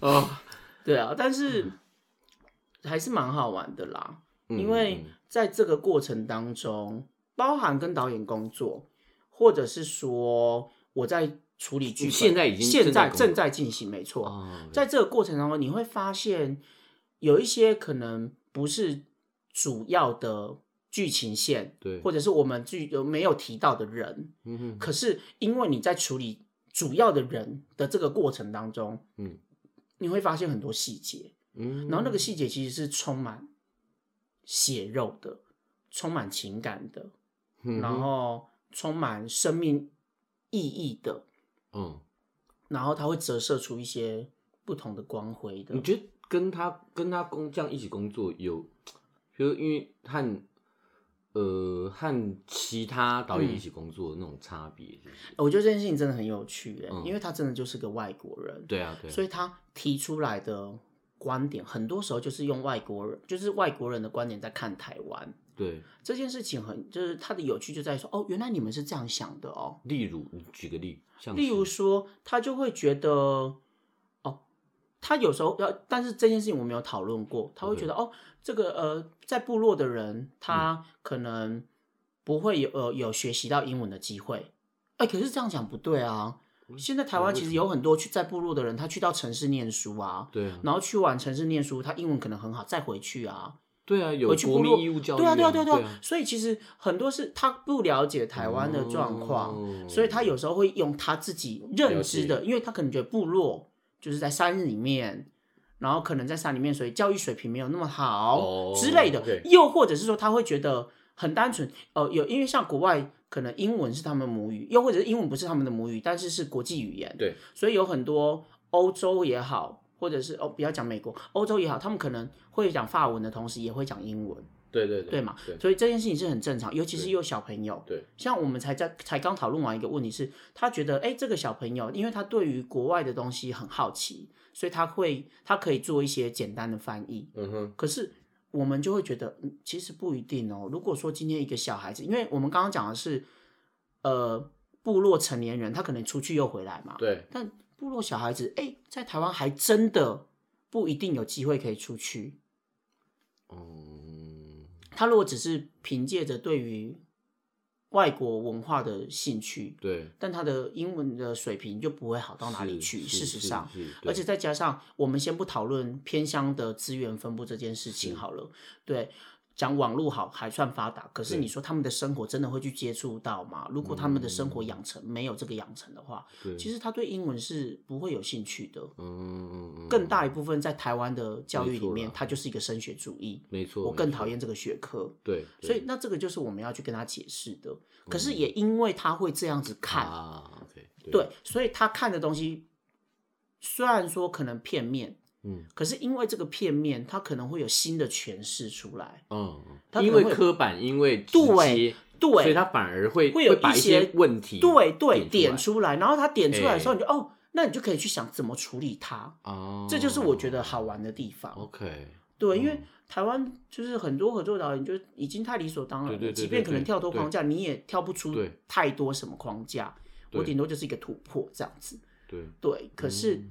[SPEAKER 2] 哦，
[SPEAKER 3] 对啊，但是还是蛮好玩的啦，
[SPEAKER 2] 嗯
[SPEAKER 3] 因为在这个过程当中，包含跟导演工作，或者是说我在处理剧本，
[SPEAKER 2] 现在已经
[SPEAKER 3] 现
[SPEAKER 2] 正在
[SPEAKER 3] 在
[SPEAKER 2] 工作
[SPEAKER 3] 正在进行，没错。
[SPEAKER 2] 哦，
[SPEAKER 3] 在这个过程当中，你会发现有一些可能不是主要的剧情线，
[SPEAKER 2] 对
[SPEAKER 3] 或者是我们剧有没有提到的人，
[SPEAKER 2] 嗯哼
[SPEAKER 3] 可是因为你在处理主要的人的这个过程当中，
[SPEAKER 2] 嗯
[SPEAKER 3] 你会发现很多细节，
[SPEAKER 2] 嗯，
[SPEAKER 3] 然后那个细节其实是充满血肉的，充满情感的，
[SPEAKER 2] 嗯哼
[SPEAKER 3] 然后充满生命意义的，
[SPEAKER 2] 嗯，
[SPEAKER 3] 然后它会折射出一些不同的光辉的。
[SPEAKER 2] 你觉得跟他跟他工这样一起工作有，就是因为和呃和其他导演一起工作的那种差别是不是，
[SPEAKER 3] 我觉得这件事情真的很有趣耶，
[SPEAKER 2] 嗯
[SPEAKER 3] 因为他真的就是个外国人，
[SPEAKER 2] 对啊对啊，
[SPEAKER 3] 所
[SPEAKER 2] 以
[SPEAKER 3] 以他提出来的观点，很多时候就是用外国人，就是外国人的观点在看台湾
[SPEAKER 2] 对，
[SPEAKER 3] 这件事情很，就是它的有趣就在于说，哦，原来你们是这样想的哦。
[SPEAKER 2] 例如你举个例，像
[SPEAKER 3] 例如
[SPEAKER 2] 是
[SPEAKER 3] 说，他就会觉得，哦，他有时候要，但是这件事情我没有讨论过，他会觉得，哦，这个呃，在部落的人，
[SPEAKER 2] 嗯
[SPEAKER 3] 他可能不会有呃有学习到英文的机会，哎，可是这样讲不对啊。现在台湾其实有很多去在部落的人，他去到城市念书啊，
[SPEAKER 2] 对啊
[SPEAKER 3] 然后去完城市念书，他英文可能很好，再回去啊，
[SPEAKER 2] 对啊有
[SPEAKER 3] 回去
[SPEAKER 2] 国
[SPEAKER 3] 部落
[SPEAKER 2] 民义务教育，
[SPEAKER 3] 对啊，对啊，对啊，
[SPEAKER 2] 啊
[SPEAKER 3] 对啊
[SPEAKER 2] 啊，。
[SPEAKER 3] 所以其实很多是他不了解台湾的状况，
[SPEAKER 2] 哦
[SPEAKER 3] 所以他有时候会用他自己认知
[SPEAKER 2] 了
[SPEAKER 3] 的，因为他可能觉得部落就是在山里面，然后可能在山里面，所以教育水平没有那么好、
[SPEAKER 2] 哦
[SPEAKER 3] 之类的
[SPEAKER 2] OK。
[SPEAKER 3] 又或者是说他会觉得很单纯，呃，有因为像国外可能英文是他们母语，又或者是英文不是他们的母语，但是是国际语言，
[SPEAKER 2] 对，
[SPEAKER 3] 所以有很多欧洲也好。或者是哦，不要讲美国，欧洲也好，他们可能会讲法文的同时，也会讲英文。
[SPEAKER 2] 对对
[SPEAKER 3] 对嘛
[SPEAKER 2] 对
[SPEAKER 3] 所以这件事情是很正常，尤其是
[SPEAKER 2] 对
[SPEAKER 3] 有小朋友。
[SPEAKER 2] 对，
[SPEAKER 3] 像我们才在才刚讨论完一个问题是，他觉得哎、诶这个小朋友，因为他对于国外的东西很好奇，所以他会他可以做一些简单的翻译。
[SPEAKER 2] 嗯哼，
[SPEAKER 3] 可是我们就会觉得，嗯，其实不一定哦。如果说今天一个小孩子，因为我们刚刚讲的是，呃，部落成年人，他可能出去又回来嘛。
[SPEAKER 2] 对，
[SPEAKER 3] 但部落小孩子，哎、在台湾还真的不一定有机会可以出去。
[SPEAKER 2] 嗯，
[SPEAKER 3] 他如果只是凭借着对于外国文化的兴趣，
[SPEAKER 2] 对，
[SPEAKER 3] 但他的英文的水平就不会好到哪里去。
[SPEAKER 2] 是
[SPEAKER 3] 事实上，，
[SPEAKER 2] 是是
[SPEAKER 3] 而且
[SPEAKER 2] 对
[SPEAKER 3] 再加上，我们先不讨论偏乡的资源分布这件事
[SPEAKER 2] 是
[SPEAKER 3] 情好了。对，讲网络好还算发达，可是
[SPEAKER 2] 对
[SPEAKER 3] 你说他们的生活真的会去接触到吗？如果他们的生活养成没有这个养成的话，
[SPEAKER 2] 嗯对
[SPEAKER 3] 其实他对英文是不会有兴趣的。
[SPEAKER 2] 嗯嗯嗯，
[SPEAKER 3] 更大一部分在台湾的教育
[SPEAKER 2] 没
[SPEAKER 3] 里
[SPEAKER 2] 错
[SPEAKER 3] 面
[SPEAKER 2] 啦，
[SPEAKER 3] 它就是一个升学主义。
[SPEAKER 2] 没错，
[SPEAKER 3] 我更
[SPEAKER 2] 没错
[SPEAKER 3] 讨厌这个学科，
[SPEAKER 2] 对，对嗯
[SPEAKER 3] 所以那这个就是我们要去跟他解释的。可是也因为他会这样子看，
[SPEAKER 2] 啊，OK，
[SPEAKER 3] 对，，所以他看的东西虽然说可能片面，
[SPEAKER 2] 嗯
[SPEAKER 3] 可是因为这个片面，他可能会有新的诠释出来。
[SPEAKER 2] 嗯，
[SPEAKER 3] 他
[SPEAKER 2] 因
[SPEAKER 3] 可能
[SPEAKER 2] 为
[SPEAKER 3] 会有
[SPEAKER 2] 刻板，因为直
[SPEAKER 3] 对
[SPEAKER 2] 接，所以
[SPEAKER 3] 对
[SPEAKER 2] 他反而会
[SPEAKER 3] 会有
[SPEAKER 2] 把
[SPEAKER 3] 一
[SPEAKER 2] 一
[SPEAKER 3] 些
[SPEAKER 2] 问题
[SPEAKER 3] 对对，
[SPEAKER 2] 点
[SPEAKER 3] 点出来，然后他点出来的时候，
[SPEAKER 2] 哎
[SPEAKER 3] 你就哦，那你就可以去想怎么处理它。
[SPEAKER 2] 哦，
[SPEAKER 3] 这就是我觉得好玩的地方。
[SPEAKER 2] OK，
[SPEAKER 3] 对，因为
[SPEAKER 2] 哦嗯
[SPEAKER 3] 台湾就是很多合作导演就已经太理所当然
[SPEAKER 2] 对对对
[SPEAKER 3] 了，即
[SPEAKER 2] 对
[SPEAKER 3] 便可能
[SPEAKER 2] 对
[SPEAKER 3] 跳脱
[SPEAKER 2] 对
[SPEAKER 3] 框架，你也跳不出
[SPEAKER 2] 对
[SPEAKER 3] 太多什么框架。我
[SPEAKER 2] 对
[SPEAKER 3] 顶多就是一个突破这样子。
[SPEAKER 2] 对，
[SPEAKER 3] 对，可是
[SPEAKER 2] 嗯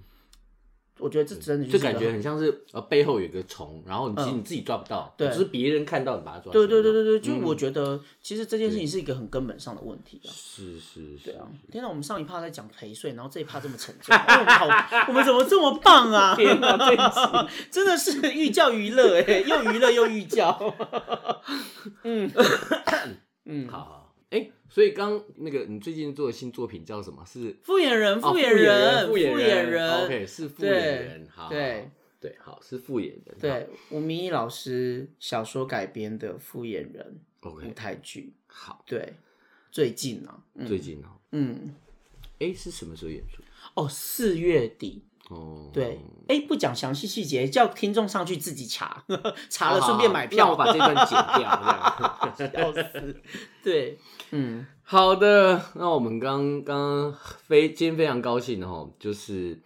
[SPEAKER 3] 我觉得这真的
[SPEAKER 2] 就
[SPEAKER 3] 就是
[SPEAKER 2] 感
[SPEAKER 3] 一个
[SPEAKER 2] 觉很像是呃背后有一个虫，然后你其实
[SPEAKER 3] 嗯
[SPEAKER 2] 你自己抓不到，
[SPEAKER 3] 对
[SPEAKER 2] 只是别人看到你把它抓。
[SPEAKER 3] 对对对，对对，就我
[SPEAKER 2] 嗯
[SPEAKER 3] 觉得其实这件事
[SPEAKER 2] 对
[SPEAKER 3] 情是一个很根本上的问题啊。
[SPEAKER 2] 是是是
[SPEAKER 3] 对啊，天哪，我们上一趴在讲陪睡，然后这一趴这么沉
[SPEAKER 2] [laughs]
[SPEAKER 3] 重，哎我们好，我们怎么这么棒啊？
[SPEAKER 2] 天哪这一
[SPEAKER 3] 真的是寓教于乐哎，又娱乐又
[SPEAKER 2] [laughs]
[SPEAKER 3] 寓教。嗯嗯，
[SPEAKER 2] 好，好，哎，所以刚那个你最近做的新作品叫什么？是
[SPEAKER 3] 敷衍人，
[SPEAKER 2] 哦
[SPEAKER 3] 敷衍人，
[SPEAKER 2] 复
[SPEAKER 3] 敷
[SPEAKER 2] 衍人，
[SPEAKER 3] 衍人，
[SPEAKER 2] ，OK，是复衍
[SPEAKER 3] 对
[SPEAKER 2] 人，好，
[SPEAKER 3] 对
[SPEAKER 2] 好对，好是复衍人，
[SPEAKER 3] 对，吴明义老师小说改编的《敷衍人
[SPEAKER 2] 好》
[SPEAKER 3] 舞
[SPEAKER 2] ，OK，
[SPEAKER 3] 台剧，
[SPEAKER 2] 好，
[SPEAKER 3] 对，最近啊，嗯
[SPEAKER 2] 最近哦，
[SPEAKER 3] 嗯，
[SPEAKER 2] 哎，是什么时候演出？
[SPEAKER 3] 哦，四月底，
[SPEAKER 2] 哦，
[SPEAKER 3] 对，哎，不讲详细细节，叫听众上去自己查， [laughs] 查了
[SPEAKER 2] 哦好
[SPEAKER 3] 顺便
[SPEAKER 2] 好
[SPEAKER 3] 买
[SPEAKER 2] 让
[SPEAKER 3] 票
[SPEAKER 2] 我把这段剪掉。这样
[SPEAKER 3] 笑死。 [laughs] 对，嗯，
[SPEAKER 2] [laughs] 好的，那我们刚刚非今天非常高兴哦，就是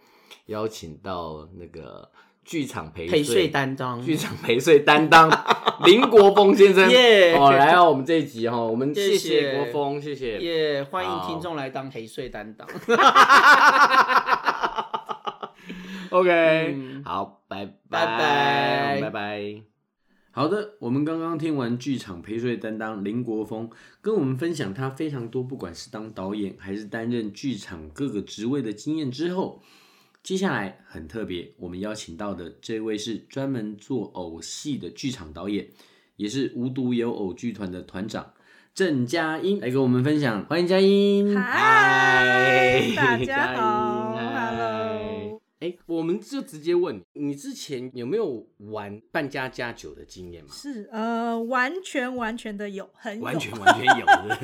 [SPEAKER 2] 邀请到那个剧场陪
[SPEAKER 3] 陪睡担当，
[SPEAKER 2] 剧场陪睡担 [laughs] 当林国峰先 [laughs] 生，
[SPEAKER 3] 耶
[SPEAKER 2] 哦，来到我们这一集哦，我们
[SPEAKER 3] 谢
[SPEAKER 2] 谢
[SPEAKER 3] 谢
[SPEAKER 2] 谢国峰，谢谢。
[SPEAKER 3] 也欢迎
[SPEAKER 2] 好
[SPEAKER 3] 听众来当陪睡担
[SPEAKER 2] [laughs]
[SPEAKER 3] 当。
[SPEAKER 2] [laughs]
[SPEAKER 3] [laughs]
[SPEAKER 2] OK，、
[SPEAKER 3] 嗯
[SPEAKER 2] 好，拜
[SPEAKER 3] 拜拜
[SPEAKER 2] 拜拜。好的，我们刚刚听完剧场陪睡担当林国峰跟我们分享他非常多，不管是当导演还是担任剧场各个职位的经验之后，接下来很特别，我们邀请到的这位是专门做偶戏的剧场导演，也是无独有偶剧团的团长郑佳音来跟我们分享，欢迎佳音，
[SPEAKER 1] 嗨
[SPEAKER 2] 嗨
[SPEAKER 1] 大家好
[SPEAKER 2] 佳音嗨
[SPEAKER 1] Hello
[SPEAKER 2] 哎，我们就直接问你，你之前有没有玩扮家家酒的经验吗？
[SPEAKER 4] 是呃，完全完全的有，很
[SPEAKER 2] [laughs]
[SPEAKER 4] 有。
[SPEAKER 2] 完全完全有 [laughs] 的。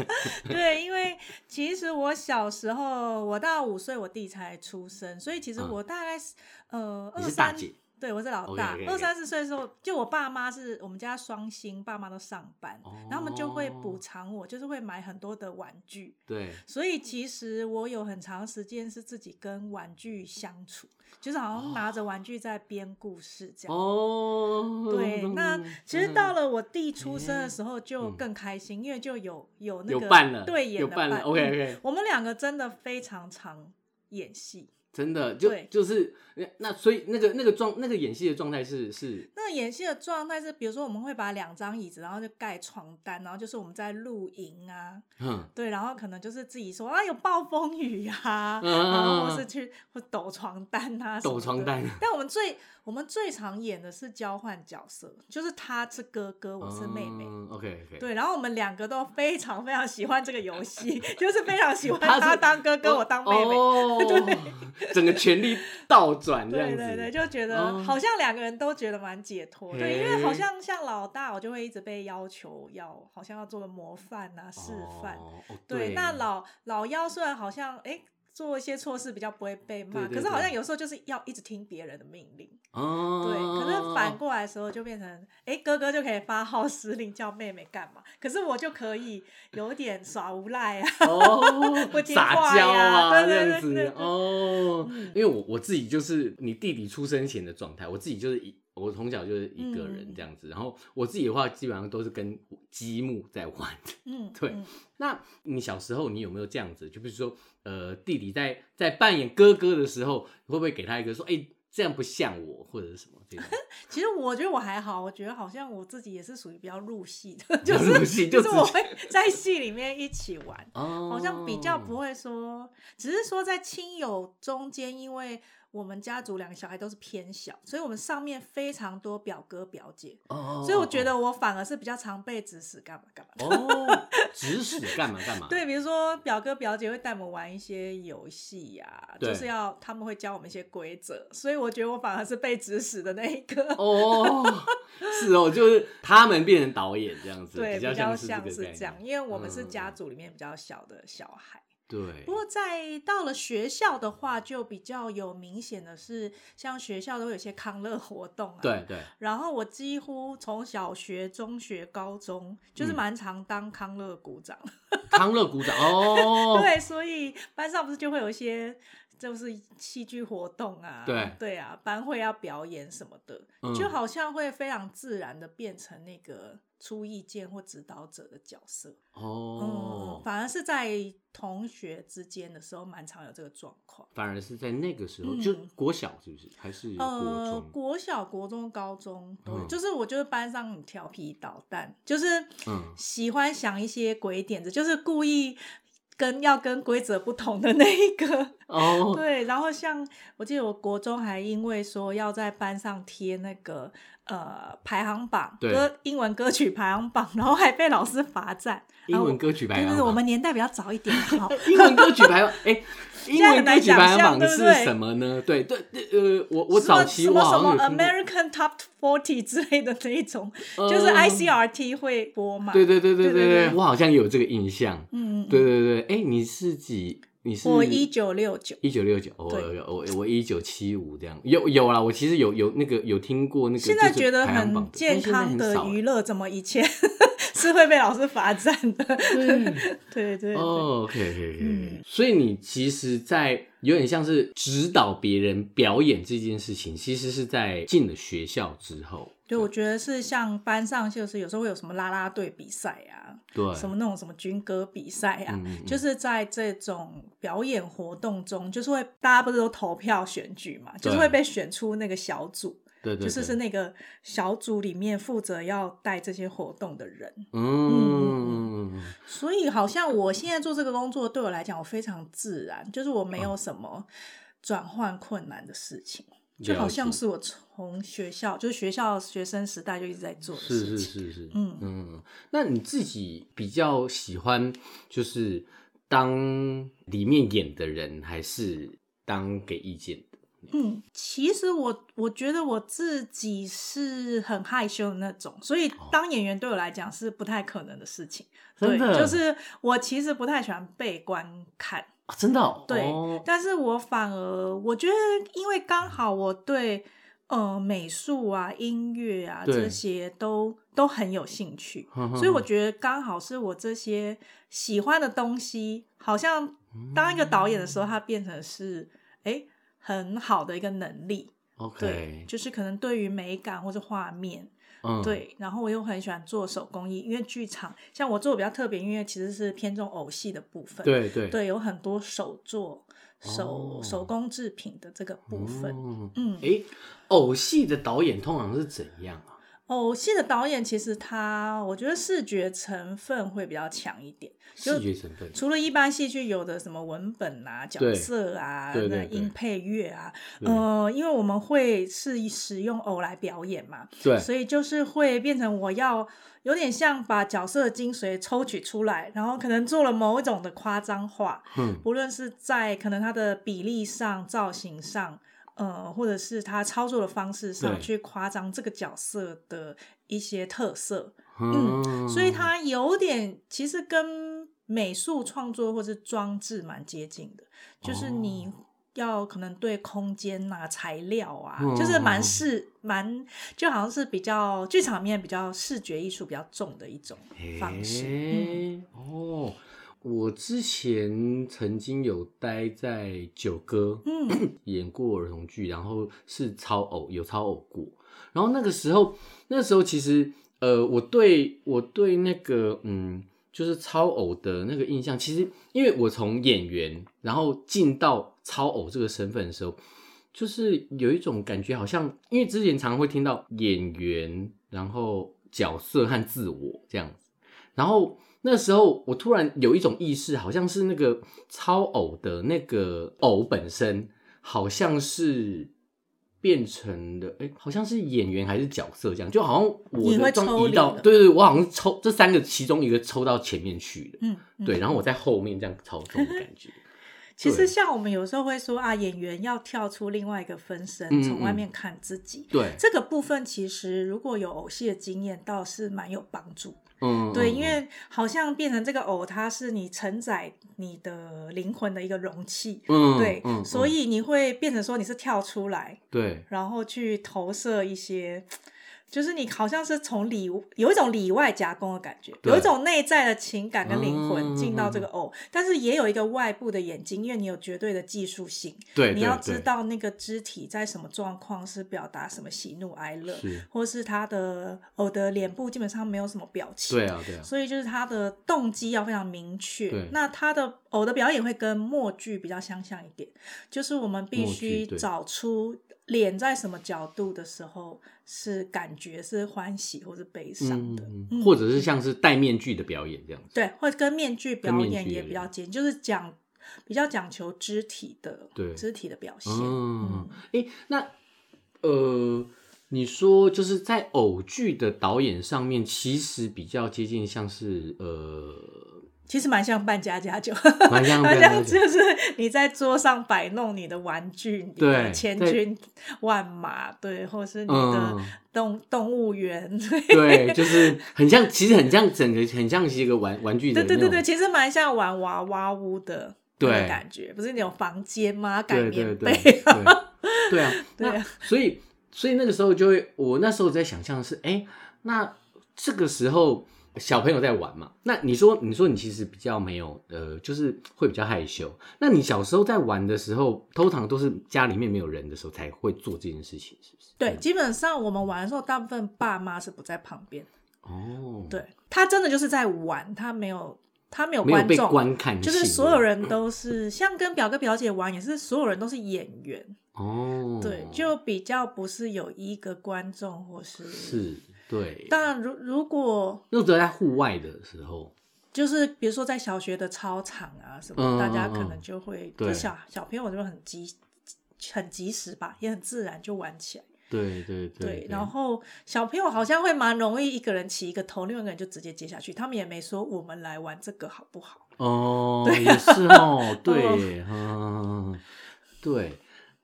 [SPEAKER 4] [laughs] 对，因为其实我小时候，我到五岁，我弟才出生，所以其实
[SPEAKER 2] 嗯
[SPEAKER 4] 我大概是、呃
[SPEAKER 2] 你
[SPEAKER 4] 二
[SPEAKER 2] 是大
[SPEAKER 4] 三。
[SPEAKER 2] 姐
[SPEAKER 4] 对，我是老大
[SPEAKER 2] OK，OK，OK，
[SPEAKER 4] 二三十岁的时候，就我爸妈是我们家双薪，爸妈都上班，然后他们就会补
[SPEAKER 2] 哦
[SPEAKER 4] 偿我，就是会买很多的玩具，
[SPEAKER 2] 对，
[SPEAKER 4] 所以其实我有很长时间是自己跟玩具相处，就是好像拿着玩具在编故事这
[SPEAKER 2] [laughs]
[SPEAKER 4] 样。
[SPEAKER 2] 哦，
[SPEAKER 4] 对，那其实到了我弟出生
[SPEAKER 2] 嗯
[SPEAKER 4] 的时候就
[SPEAKER 2] 嗯
[SPEAKER 4] 更开心，因为就有有那
[SPEAKER 2] 有
[SPEAKER 4] 个
[SPEAKER 2] 伴了，
[SPEAKER 4] 对演
[SPEAKER 2] 有
[SPEAKER 4] 的
[SPEAKER 2] 伴了。
[SPEAKER 4] 伴
[SPEAKER 2] OK
[SPEAKER 4] 嗯
[SPEAKER 2] OK，
[SPEAKER 4] 我们两个真的非常常演戏。
[SPEAKER 2] 真的就
[SPEAKER 4] 对
[SPEAKER 2] 就是那那所以那个那个状那个演戏的状态是是
[SPEAKER 4] 那演戏的状态是，比如说我们会把两张椅子，然后就盖床单，然后就是我们在露营啊，
[SPEAKER 2] 嗯
[SPEAKER 4] 对，然后可能就是自己说啊有暴风雨啊，
[SPEAKER 2] 嗯
[SPEAKER 4] [laughs] 然后或是去或抖床单啊，
[SPEAKER 2] 抖床。单，
[SPEAKER 4] 但我们最我们最常演的是交换角色，就是他是哥哥，我是妹妹。
[SPEAKER 2] 嗯 OK OK，
[SPEAKER 4] 对，然后我们两个都非常非常喜欢这个游戏，就是非常喜欢
[SPEAKER 2] 他是
[SPEAKER 4] 他当哥哥，我当妹妹。
[SPEAKER 2] 哦 [laughs] 整个权力倒转这样
[SPEAKER 4] 对
[SPEAKER 2] 子，
[SPEAKER 4] 对对，就觉
[SPEAKER 2] 哦
[SPEAKER 4] 得好像两个人都觉得蛮解脱，对，因为好
[SPEAKER 2] 嘿
[SPEAKER 4] 像像老大，我就会一直被要求要好像要做个模范啊、示范。
[SPEAKER 2] 哦哦
[SPEAKER 4] 对，那老老幺虽然好像哎做一些错事比较不会被骂，
[SPEAKER 2] 对对
[SPEAKER 4] 可是好
[SPEAKER 2] 对
[SPEAKER 4] 像有时候就是要一直听别人的命令。
[SPEAKER 2] 哦，
[SPEAKER 4] 对，可是反过来的时候就变成，哎，哥哥就可以发号施令叫妹妹干嘛，可是我就可以有点耍无赖啊。
[SPEAKER 2] 哦
[SPEAKER 4] [laughs] 不听
[SPEAKER 2] 撒
[SPEAKER 4] 话
[SPEAKER 2] 娇
[SPEAKER 4] 呀
[SPEAKER 2] 啊，这
[SPEAKER 4] 对对
[SPEAKER 2] 样
[SPEAKER 4] 对
[SPEAKER 2] 子
[SPEAKER 4] 对对
[SPEAKER 2] 哦
[SPEAKER 4] 嗯。
[SPEAKER 2] 因为我我自己就是你弟弟出生前的状态，我自己就是一我从小就是一个人
[SPEAKER 4] 嗯
[SPEAKER 2] 这样子，然后我自己的话基本上都是跟积木在玩。
[SPEAKER 4] 嗯，
[SPEAKER 2] 对
[SPEAKER 4] 嗯
[SPEAKER 2] 那你小时候你有没有这样子？就比如说，呃，弟弟在在扮演哥哥的时候，会不会给他一个说，哎、这样不像我，或者是什么这
[SPEAKER 4] [laughs]
[SPEAKER 2] 种？
[SPEAKER 4] 其实我觉得我还好，我觉得好像我自己也是属于比较入戏的，就
[SPEAKER 2] 入
[SPEAKER 4] 是
[SPEAKER 2] 戏就
[SPEAKER 4] [laughs] 就
[SPEAKER 2] 直
[SPEAKER 4] 是
[SPEAKER 2] 接
[SPEAKER 4] 我会在戏里面一起玩，
[SPEAKER 2] 哦
[SPEAKER 4] 好像比较不会说，只是说在亲友中间，因为我们家族两个小孩都是偏小，所以我们上面非常多表哥表姐，
[SPEAKER 2] 哦，
[SPEAKER 4] 所以我觉得我反而是比较常被指使干嘛干嘛。 [laughs]
[SPEAKER 2] 哦，指使干嘛干嘛？
[SPEAKER 4] 对，比如说表哥表姐会带我们玩一些游戏呀，
[SPEAKER 2] 对
[SPEAKER 4] 就是要他们会教我们一些规则，所以我觉得我反而是被指使的那一个。
[SPEAKER 2] 哦，是哦，就是他们变成导演这样子，
[SPEAKER 4] 对，
[SPEAKER 2] 较
[SPEAKER 4] 比较
[SPEAKER 2] 是这个
[SPEAKER 4] 是
[SPEAKER 2] 概
[SPEAKER 4] 这样，
[SPEAKER 2] 念
[SPEAKER 4] 因为我们是家
[SPEAKER 2] 嗯
[SPEAKER 4] 族里面比较小的小孩。
[SPEAKER 2] 对
[SPEAKER 4] 不，过在到了学校的话，就比较有明显的是，像学校都有一些康乐活动啊。
[SPEAKER 2] 对。对，
[SPEAKER 4] 然后我几乎从小学、中学、高中，就是
[SPEAKER 2] 嗯
[SPEAKER 4] 蛮常当康乐股长。
[SPEAKER 2] 康乐鼓掌哦，
[SPEAKER 4] [laughs] 对，所以班上不是就会有一些就是戏剧活动啊，
[SPEAKER 2] 对
[SPEAKER 4] 对啊，班会要表演什么的，
[SPEAKER 2] 嗯
[SPEAKER 4] 就好像会非常自然的变成那个出意见或指导者的角色。
[SPEAKER 2] 哦
[SPEAKER 4] 嗯，，反而是在同学之间的时候，蛮常有这个状况。
[SPEAKER 2] 反而是在那个时候，
[SPEAKER 4] 嗯
[SPEAKER 2] 就国小是不是？还是国
[SPEAKER 4] 呃，
[SPEAKER 2] 中？
[SPEAKER 4] 国小、国中、高中都有，
[SPEAKER 2] 嗯
[SPEAKER 4] 就是我就是班上很调皮捣蛋，就是
[SPEAKER 2] 嗯
[SPEAKER 4] 喜欢想一些鬼点子，就是故意跟要跟规则不同的那一个。
[SPEAKER 2] 哦，
[SPEAKER 4] 对，然后像我记得我国中还因为说要在班上贴那个呃排行榜
[SPEAKER 2] 对
[SPEAKER 4] 歌英文歌曲排行榜，然后还被老师罚站。
[SPEAKER 2] 英文
[SPEAKER 4] 然后
[SPEAKER 2] 歌曲
[SPEAKER 4] 我
[SPEAKER 2] 排
[SPEAKER 4] 对
[SPEAKER 2] 行
[SPEAKER 4] 对
[SPEAKER 2] 榜，
[SPEAKER 4] 对，我们年代比较早一点，好，
[SPEAKER 2] 英文歌曲排行，
[SPEAKER 4] [laughs]
[SPEAKER 2] 哎，英
[SPEAKER 4] 在
[SPEAKER 2] 文
[SPEAKER 4] 很
[SPEAKER 2] 歌
[SPEAKER 4] 难
[SPEAKER 2] 曲排
[SPEAKER 4] 想
[SPEAKER 2] 行
[SPEAKER 4] 象
[SPEAKER 2] 榜
[SPEAKER 4] 对不
[SPEAKER 2] 是
[SPEAKER 4] 对
[SPEAKER 2] 什么呢？对对对，呃，我我
[SPEAKER 4] 什么
[SPEAKER 2] 早期
[SPEAKER 4] 什
[SPEAKER 2] 我
[SPEAKER 4] 么什
[SPEAKER 2] 好像
[SPEAKER 4] 么
[SPEAKER 2] 有听过
[SPEAKER 4] American Top Forty [laughs] 之类的那一种，
[SPEAKER 2] 呃
[SPEAKER 4] 就是 ICRT 会播嘛。
[SPEAKER 2] 对对对对
[SPEAKER 4] 对对
[SPEAKER 2] 对，
[SPEAKER 4] 对
[SPEAKER 2] 我好像有这个印象。
[SPEAKER 4] 嗯，嗯，
[SPEAKER 2] 对对对，哎，你是几？你是
[SPEAKER 4] 我一九六九，
[SPEAKER 2] 一九六九，我
[SPEAKER 4] 对
[SPEAKER 2] 我我一九七五这样，有有啦，我其实有有那个有听过那个，
[SPEAKER 4] 现在
[SPEAKER 2] 就是
[SPEAKER 4] 觉得
[SPEAKER 2] 排行榜
[SPEAKER 4] 很
[SPEAKER 2] 的哎
[SPEAKER 4] 健康
[SPEAKER 2] 但现在很
[SPEAKER 4] 的
[SPEAKER 2] 少
[SPEAKER 4] 娱乐，怎么以前 [laughs] 是会被老师罚站的？ [laughs] 对对对，
[SPEAKER 2] 哦，OK OK OK，
[SPEAKER 4] 嗯
[SPEAKER 2] 所以你其实，在有点像是指导别人表演这件事情，其实是在进了学校之后，
[SPEAKER 4] 对，我觉得是像班上就是有时候会有什么啦啦队比赛啊，
[SPEAKER 2] 对，
[SPEAKER 4] 什么那种什么军歌比赛啊，
[SPEAKER 2] 嗯嗯嗯
[SPEAKER 4] 就是在这种表演活动中，就是会大家不是都投票选举嘛，就是会被选出那个小组，
[SPEAKER 2] 对对对，
[SPEAKER 4] 就是是那个小组里面负责要带这些活动的人。
[SPEAKER 2] 嗯，
[SPEAKER 4] 所以好像我现在做这个工作对我来讲，我非常自然，就是我没
[SPEAKER 2] 嗯
[SPEAKER 4] 有什么转换困难的事情。就好像
[SPEAKER 2] 了解
[SPEAKER 4] 是我从学校，就是学校学生时代就一直在做的事
[SPEAKER 2] 是
[SPEAKER 4] 情。
[SPEAKER 2] 是是是，
[SPEAKER 4] 嗯
[SPEAKER 2] 嗯，那你自己比较喜欢就是当里面演的人，还是当给意见的？
[SPEAKER 4] 嗯，其实我我觉得我自己是很害羞的那种，所以当演员对我来讲是不太可能的事情。
[SPEAKER 2] 哦真
[SPEAKER 4] 对
[SPEAKER 2] 的，
[SPEAKER 4] 就是我其实不太喜欢被观看，
[SPEAKER 2] 啊真的哦，
[SPEAKER 4] 对，
[SPEAKER 2] 哦
[SPEAKER 4] 但是我反而我觉得，因为刚好我对呃美术啊、音乐啊
[SPEAKER 2] 对
[SPEAKER 4] 这些都都很有兴趣，
[SPEAKER 2] 嗯
[SPEAKER 4] 所以我觉得刚好是我这些喜欢的东西，好像当一个导演的时候，
[SPEAKER 2] 嗯
[SPEAKER 4] 它变成是哎、诶很好的一个能力。对
[SPEAKER 2] OK，，
[SPEAKER 4] 就是可能对于美感或者画面，
[SPEAKER 2] 嗯，
[SPEAKER 4] 对，然后我又很喜欢做手工艺，因为剧场像我做的比较特别，因为其实是偏重偶戏的部分，
[SPEAKER 2] 对对
[SPEAKER 4] 对，有很多手做手、
[SPEAKER 2] 哦
[SPEAKER 4] 手工制品的这个部分。
[SPEAKER 2] 嗯
[SPEAKER 4] 嗯，
[SPEAKER 2] 诶，偶戏的导演通常是怎样啊？
[SPEAKER 4] 偶哦戏的导演其实他，我觉得视觉成分会比较强一点，就
[SPEAKER 2] 视觉成分
[SPEAKER 4] 除了一般戏剧有的什么文本啊、角色啊、
[SPEAKER 2] 对对
[SPEAKER 4] 那
[SPEAKER 2] 对
[SPEAKER 4] 音配乐啊，
[SPEAKER 2] 对
[SPEAKER 4] 呃，因为我们会是使用偶来表演嘛，
[SPEAKER 2] 对，
[SPEAKER 4] 所以就是会变成我要有点像把角色的精髓抽取出来，然后可能做了某一种的夸张化，
[SPEAKER 2] 嗯
[SPEAKER 4] 不论是在可能它的比例上、造型上，呃，或者是他操作的方式
[SPEAKER 2] 对
[SPEAKER 4] 上去夸张这个角色的一些特色，
[SPEAKER 2] 嗯
[SPEAKER 4] 所以它有点其实跟美术创作或是装置蛮接近的，就是你。
[SPEAKER 2] 哦
[SPEAKER 4] 要可能对空间呐、材料啊，
[SPEAKER 2] 嗯
[SPEAKER 4] 就是
[SPEAKER 2] 嗯嗯
[SPEAKER 4] 蛮视蛮，就好像是比较剧场面比较视觉艺术比较重的一种方式。嗯
[SPEAKER 2] 诶哦，我之前曾经有待在九歌，
[SPEAKER 4] 嗯
[SPEAKER 2] [coughs] 演过儿童剧，然后是超偶，有超偶过。然后那个时候，那时候其实，呃，我对我对那个，嗯，就是超偶的那个印象，其实因为我从演员，然后进到超偶这个身份的时候，就是有一种感觉，好像因为之前常会听到演员，然后角色和自我这样子，然后。那时候我突然有一种意识，好像是那个超偶的那个偶本身，好像是变成了，哎、好像是演员还是角色这样，就好像我
[SPEAKER 4] 你会
[SPEAKER 2] 的
[SPEAKER 4] 抽
[SPEAKER 2] 装移
[SPEAKER 4] 离
[SPEAKER 2] 到，
[SPEAKER 4] 的
[SPEAKER 2] 对对对，我好像抽这三个其中一个抽到前面去了，
[SPEAKER 4] 嗯，嗯
[SPEAKER 2] 对，然后我在后面这样操纵的感
[SPEAKER 4] [laughs]
[SPEAKER 2] 觉，
[SPEAKER 4] 其
[SPEAKER 2] 对
[SPEAKER 4] 实像我们有时候会说啊，演员要跳出另外一个分
[SPEAKER 2] 嗯
[SPEAKER 4] 身，
[SPEAKER 2] 嗯
[SPEAKER 4] 从外面看自己。
[SPEAKER 2] 对，
[SPEAKER 4] 这个部分其实如果有偶戏的经验，倒是蛮有帮助。
[SPEAKER 2] 嗯，
[SPEAKER 4] 对，
[SPEAKER 2] 嗯
[SPEAKER 4] 因为好像变成这个偶，它是你承载你的灵魂的一个容器。
[SPEAKER 2] 嗯，
[SPEAKER 4] 对，
[SPEAKER 2] 嗯
[SPEAKER 4] 所
[SPEAKER 2] 嗯
[SPEAKER 4] 以你会变成说你是跳出来，
[SPEAKER 2] 对，
[SPEAKER 4] 然后去投射一些，就是你好像是从里有一种里外夹攻的感觉，
[SPEAKER 2] 对
[SPEAKER 4] 有一种内在的情感跟灵
[SPEAKER 2] 嗯
[SPEAKER 4] 魂进到这个偶，但是也有一个外部的眼睛，因为你有绝对的技术性，
[SPEAKER 2] 哎对，对
[SPEAKER 4] 你要知，
[SPEAKER 2] 对
[SPEAKER 4] 道那个肢体在什么状况是表达什么喜怒哀乐，
[SPEAKER 2] 是，
[SPEAKER 4] 或是他的偶的脸部基本上没有什么表情，
[SPEAKER 2] 对啊，对啊，
[SPEAKER 4] 所以就是他的动机要非常明
[SPEAKER 2] 对
[SPEAKER 4] 确。那他的呃偶的表演会跟默剧比较相像一点，就是我们必
[SPEAKER 2] 默剧
[SPEAKER 4] 须
[SPEAKER 2] 对
[SPEAKER 4] 找出脸在什么角度的时候是感觉是欢喜或是悲伤
[SPEAKER 2] 嗯，
[SPEAKER 4] 的，
[SPEAKER 2] 嗯嗯
[SPEAKER 4] 嗯
[SPEAKER 2] 或者是像是戴面具的表演这样子，
[SPEAKER 4] 对，或者跟面具
[SPEAKER 2] 跟
[SPEAKER 4] 表
[SPEAKER 2] 面
[SPEAKER 4] 演
[SPEAKER 2] 具
[SPEAKER 4] 也
[SPEAKER 2] 有
[SPEAKER 4] 比较
[SPEAKER 2] 点
[SPEAKER 4] 接近，就是讲比较讲求肢体的
[SPEAKER 2] 对
[SPEAKER 4] 肢体的表现。
[SPEAKER 2] 嗯
[SPEAKER 4] 嗯，
[SPEAKER 2] 哎、那呃，你说就是在偶剧的导演上面，其实比较接近像是呃，
[SPEAKER 4] 其实蛮像扮家家酒，
[SPEAKER 2] 蛮像扮
[SPEAKER 4] [laughs] 好
[SPEAKER 2] 家家
[SPEAKER 4] 像
[SPEAKER 2] 酒
[SPEAKER 4] 就是你在桌上摆弄你的玩具，你
[SPEAKER 2] 对
[SPEAKER 4] 的千
[SPEAKER 2] 在
[SPEAKER 4] 军万马，对，或是你的
[SPEAKER 2] 嗯，
[SPEAKER 4] 动动物园， [laughs] 对
[SPEAKER 2] 对，就是很像，其实很像整个，很像是一个玩玩具的
[SPEAKER 4] 对
[SPEAKER 2] 那
[SPEAKER 4] 对
[SPEAKER 2] 种，
[SPEAKER 4] 对对，其实蛮像玩娃娃屋的那
[SPEAKER 2] 对
[SPEAKER 4] 个感觉，不是那种房间吗？盖
[SPEAKER 2] 对对
[SPEAKER 4] 棉
[SPEAKER 2] 对
[SPEAKER 4] [laughs] 被，
[SPEAKER 2] 对对啊，
[SPEAKER 4] [laughs] 对
[SPEAKER 2] 那
[SPEAKER 4] 啊
[SPEAKER 2] 所以所以那个时候就会，我那时候在想象是，哎、那这个时候小朋友在玩嘛，那你说你说你其实比较没有，呃，就是会比较害羞。那你小时候在玩的时候，通常都是家里面没有人的时候才会做这件事情，是不是？
[SPEAKER 4] 对，基本上我们玩的时候，大部分爸妈是不在旁边，
[SPEAKER 2] 哦，，
[SPEAKER 4] 对他真的就是在玩，他没有他没有
[SPEAKER 2] 没有
[SPEAKER 4] 观
[SPEAKER 2] 被
[SPEAKER 4] 众，
[SPEAKER 2] 观看性，
[SPEAKER 4] 就是所有人都是像跟表哥表姐玩，也是所有人都是演员，
[SPEAKER 2] 哦，
[SPEAKER 4] 对，就比较不是有一个观众或是。
[SPEAKER 2] 是对。
[SPEAKER 4] 当然，如如果
[SPEAKER 2] 那时候在户外的时候，
[SPEAKER 4] 就是比如说在小学的操场啊什么，
[SPEAKER 2] 嗯
[SPEAKER 4] 大家
[SPEAKER 2] 嗯
[SPEAKER 4] 可
[SPEAKER 2] 嗯
[SPEAKER 4] 能就会，
[SPEAKER 2] 对
[SPEAKER 4] 就小小朋友就会很及很及时吧，也很自然就玩起来。
[SPEAKER 2] 对对
[SPEAKER 4] 对，
[SPEAKER 2] 对，
[SPEAKER 4] 然后小朋友好像会蛮容易一个人起一个头，另外一个人就直接接下去，他们也没说我们来玩这个好不好？
[SPEAKER 2] 哦，
[SPEAKER 4] 对
[SPEAKER 2] 也
[SPEAKER 4] 啊
[SPEAKER 2] 是
[SPEAKER 4] [laughs]
[SPEAKER 2] 哦，对，嗯，对，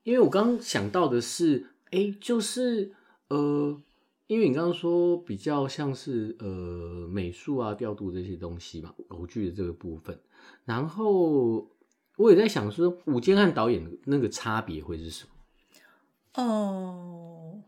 [SPEAKER 2] 因为我刚刚想到的是，哎，就是呃，因为你刚刚说比较像是呃美术啊、调度这些东西嘛，偶剧的这个部分，然后我也在想说，武坚和导演那个差别会是什么？
[SPEAKER 4] 哦、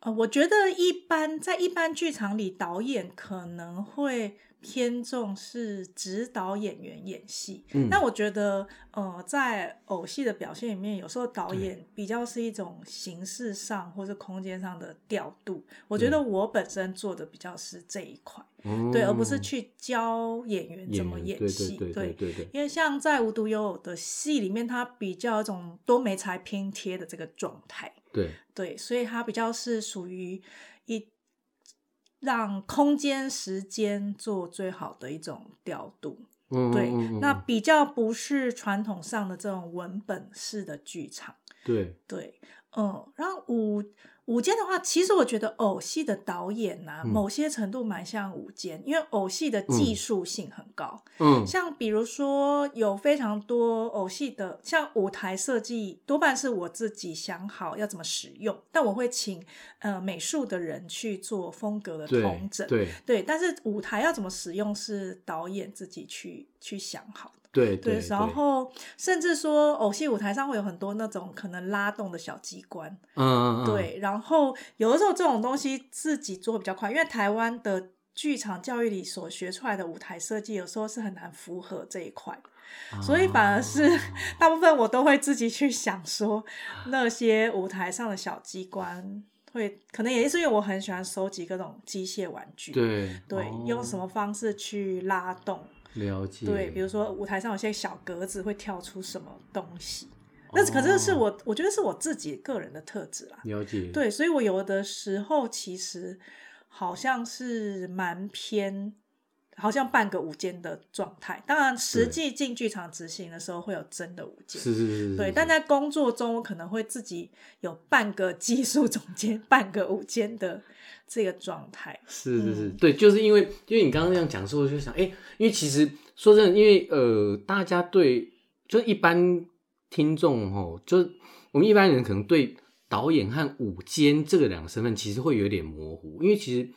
[SPEAKER 4] 呃，我觉得一般在一般剧场里，导演可能会偏重是指导演员演戏。
[SPEAKER 2] 嗯
[SPEAKER 4] 那我觉得，呃，在偶戏的表现里面，有时候导
[SPEAKER 2] 对
[SPEAKER 4] 演比较是一种形式上或是空间上的调度。我觉得我本身做的比较是这一块，对，而不是
[SPEAKER 2] 哦
[SPEAKER 4] 去教演员怎么
[SPEAKER 2] 员
[SPEAKER 4] 演
[SPEAKER 2] 对
[SPEAKER 4] 戏。
[SPEAKER 2] 对对对对对，
[SPEAKER 4] 因为像在无独有偶的戏里面，它比较有一种多媒材拼贴的这个状态，
[SPEAKER 2] 对，
[SPEAKER 4] 对，所以它比较是属于一让空间、时间做最好的一种调度。
[SPEAKER 2] 嗯
[SPEAKER 4] 对，
[SPEAKER 2] 嗯嗯
[SPEAKER 4] 那
[SPEAKER 2] 嗯
[SPEAKER 4] 比较不是传统上的这种文本式的剧场。
[SPEAKER 2] 对，
[SPEAKER 4] 对，嗯，然后舞舞间的话，其实我觉得偶戏的导演呐、
[SPEAKER 2] 嗯
[SPEAKER 4] 某些程度蛮像舞间，因为偶戏的技术性很高。
[SPEAKER 2] 嗯，
[SPEAKER 4] 像比如说有非常多偶戏的，像舞台设计多半是我自己想好要怎么使用，但我会请呃美术的人去做风格的
[SPEAKER 2] 对
[SPEAKER 4] 统整，
[SPEAKER 2] 对
[SPEAKER 4] 对但是舞台要怎么使用是导演自己去去想好的。
[SPEAKER 2] 对
[SPEAKER 4] 对，然后甚至说偶戏舞台上会有很多那种可能拉动的小机关，
[SPEAKER 2] 嗯嗯嗯，
[SPEAKER 4] 对，然后有的时候这种东西自己做比较快，因为台湾的剧场教育里所学出来的舞台设计，有时候是很难符合这一块，所
[SPEAKER 2] 哦
[SPEAKER 4] 以反而是 [laughs] 大部分我都会自己去想说那些舞台上的小机关。会可能也是因为我很喜欢收集各种机械玩具，
[SPEAKER 2] 对
[SPEAKER 4] 对
[SPEAKER 2] 哦
[SPEAKER 4] 用什么方式去拉动，
[SPEAKER 2] 了解，
[SPEAKER 4] 对，比如说舞台上有些小格子会跳出什么东西，那是可是是
[SPEAKER 2] 哦
[SPEAKER 4] 我我觉得是我自己个人的特质啦，
[SPEAKER 2] 了解，
[SPEAKER 4] 对，所以我有的时候其实好像是蛮偏，好像半个午间的状态。当然，实
[SPEAKER 2] 对
[SPEAKER 4] 际进剧场执行的时候会有真的午间，
[SPEAKER 2] 是，是是是是，
[SPEAKER 4] 对。但在工作中，我可能会自己有半个技术总监、半个午间的这个状态。
[SPEAKER 2] 是是是，
[SPEAKER 4] 嗯
[SPEAKER 2] 对，就是因为因为你刚刚那样讲的时候，我就想，哎、因为其实说真的，因为呃，大家对就一般听众哦，就是我们一般人可能对导演和舞监这个两个身份其实会有点模糊，因为其实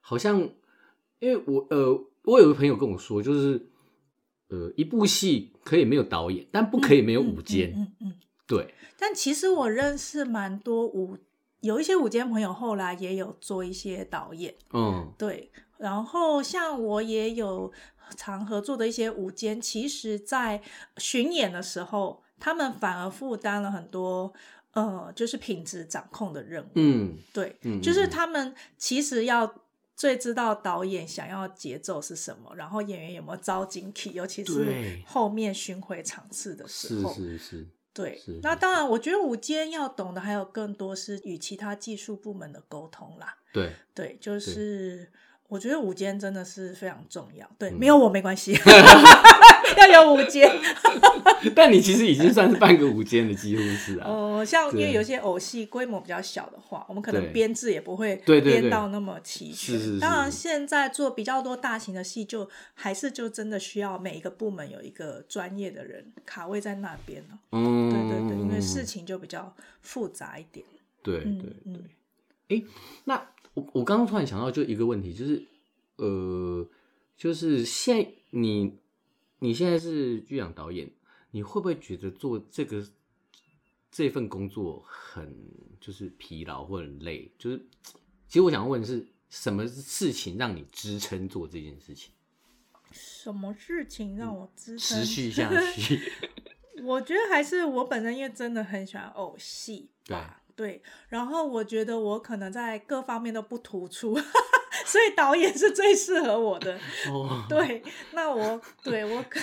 [SPEAKER 2] 好像因为我呃，我有个朋友跟我说，就是呃，一部戏可以没有导演，但不可以没有舞监，
[SPEAKER 4] 嗯嗯嗯嗯。
[SPEAKER 2] 对，
[SPEAKER 4] 但其实我认识蛮多舞，有一些舞间朋友后来也有做一些导演。
[SPEAKER 2] 嗯，
[SPEAKER 4] 对，然后像我也有常合作的一些舞间，其实在巡演的时候，他们反而负担了很多呃，就是品质掌控的任务。，
[SPEAKER 2] 嗯，
[SPEAKER 4] 对，
[SPEAKER 2] 嗯
[SPEAKER 4] 就是
[SPEAKER 2] 嗯
[SPEAKER 4] 他们其实要。最知道导演想要节奏是什么，然后演员有没有招紧 key，尤其是
[SPEAKER 2] 对
[SPEAKER 4] 后面巡回场次的时
[SPEAKER 2] 是
[SPEAKER 4] 候，
[SPEAKER 2] 是是，
[SPEAKER 4] 对
[SPEAKER 2] 是。
[SPEAKER 4] 那当然，我觉得舞间要懂的还有更多是与其他技术部门的沟通啦。
[SPEAKER 2] 对，
[SPEAKER 4] [laughs] 对，就是我觉得午间真的是非常重要。对，
[SPEAKER 2] 嗯
[SPEAKER 4] 没有我没
[SPEAKER 2] [laughs]
[SPEAKER 4] 关系， [laughs] 要有午间。
[SPEAKER 2] 但你其实已经算是半个舞监的，几乎是啊，
[SPEAKER 4] 呃，像因
[SPEAKER 2] 对
[SPEAKER 4] 为有些偶戏规模比较小的话，我们可能
[SPEAKER 2] 对
[SPEAKER 4] 编制也不会
[SPEAKER 2] 对对对
[SPEAKER 4] 编到那么齐全。
[SPEAKER 2] 是是是
[SPEAKER 4] 当然，现在做比较多大型的戏就，还是就真的需要每一个部门有一个专业的人卡位在那边了。
[SPEAKER 2] 嗯，
[SPEAKER 4] 对对对，因为事情就比较复杂一点。
[SPEAKER 2] 对
[SPEAKER 4] 嗯
[SPEAKER 2] 对。
[SPEAKER 4] 嗯，
[SPEAKER 2] 那我我刚刚突然想到就一个问题，就是呃，就是现你你现在是剧场导演，你会不会觉得做这个这份工作很就是疲劳或很累？就是其实我想问的是什么事情让你支撑做这件事情，
[SPEAKER 4] 什么事情让我支撑 [laughs]
[SPEAKER 2] 持续下去？
[SPEAKER 4] 我觉得还是我本身因为真的很喜欢偶戏吧，对，然后我觉得我可能在各方面都不突出， [laughs] 所以导演是最适合我的。
[SPEAKER 2] 哦，
[SPEAKER 4] 对，那我对我可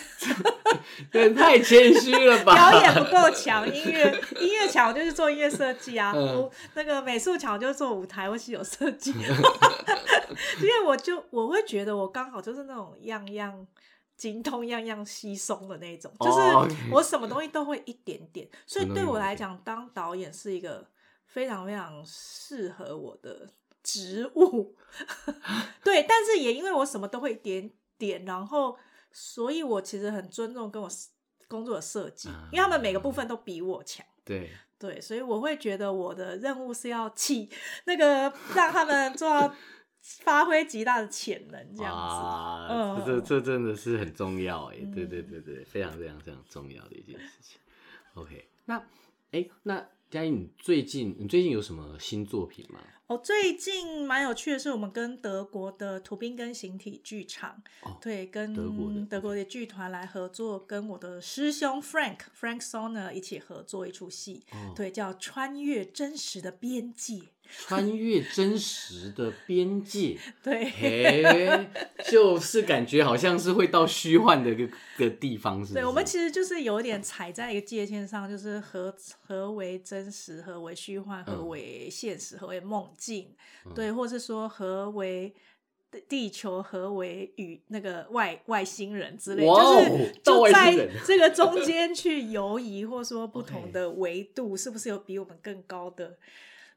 [SPEAKER 2] 这也太谦虚了吧？[laughs]
[SPEAKER 4] 表演不够强，音乐音乐强我就是做音乐设计啊，
[SPEAKER 2] 嗯
[SPEAKER 4] 我那个美术强我就是做舞台或是有
[SPEAKER 2] [laughs]
[SPEAKER 4] 设计，因为我就我会觉得我刚好就是那种样样精通、样样稀松的那种，就
[SPEAKER 2] 哦
[SPEAKER 4] 是
[SPEAKER 2] ，OK
[SPEAKER 4] 我什么东西都会一点点，所
[SPEAKER 2] 什
[SPEAKER 4] 以
[SPEAKER 2] 么
[SPEAKER 4] 对
[SPEAKER 2] 都
[SPEAKER 4] 我
[SPEAKER 2] 会一
[SPEAKER 4] 来
[SPEAKER 2] 点
[SPEAKER 4] 讲，当导演是一个非常非常适合我的职务。对，但是也因为我什么都会一点点，然后，所以我其实很尊重跟我 s- 工作的设计，
[SPEAKER 2] 啊
[SPEAKER 4] 因为他们每个部分都比我强。
[SPEAKER 2] [laughs] 对，
[SPEAKER 4] 对，所以我会觉得我的任务是要起那个让他们做到发挥极大的潜能， [laughs] 这样子。
[SPEAKER 2] 啊
[SPEAKER 4] 嗯，
[SPEAKER 2] 这这这真的是很重要哎，
[SPEAKER 4] 嗯
[SPEAKER 2] 对对对对，非常非常非常重要的一件事情。OK，那哎，那佳怡，你最近你最近有什么新作品吗？
[SPEAKER 4] 哦，最近蛮有趣的是，我们跟德国的图宾根形体剧场，
[SPEAKER 2] 哦
[SPEAKER 4] 对，跟
[SPEAKER 2] 德国的嗯
[SPEAKER 4] 德国的剧团来合作，跟我的师兄 Frank Frank Sonner 一起合作一出戏，
[SPEAKER 2] 哦，
[SPEAKER 4] 对，叫《穿越真实的边界》，
[SPEAKER 2] 穿越真实的边
[SPEAKER 4] [laughs]
[SPEAKER 2] 界，
[SPEAKER 4] 对。
[SPEAKER 2] 哎，就是感觉好像是会到虚幻的一个个地方，是不是？
[SPEAKER 4] 对，我们其实就是有点踩在一个界限上，就是何何为真实，何为虚幻，何
[SPEAKER 2] 嗯
[SPEAKER 4] 为现实，何为梦境，
[SPEAKER 2] 嗯
[SPEAKER 4] 对，或是说何为地地球，何为与那个外外星人之类，
[SPEAKER 2] 哇
[SPEAKER 4] 就
[SPEAKER 2] 哦
[SPEAKER 4] 是
[SPEAKER 2] 到
[SPEAKER 4] 就
[SPEAKER 2] 外星
[SPEAKER 4] 在
[SPEAKER 2] 人
[SPEAKER 4] 这个中
[SPEAKER 2] [laughs]
[SPEAKER 4] 间去游移，或说不同
[SPEAKER 2] OK
[SPEAKER 4] 的维度，是不是有比我们更高的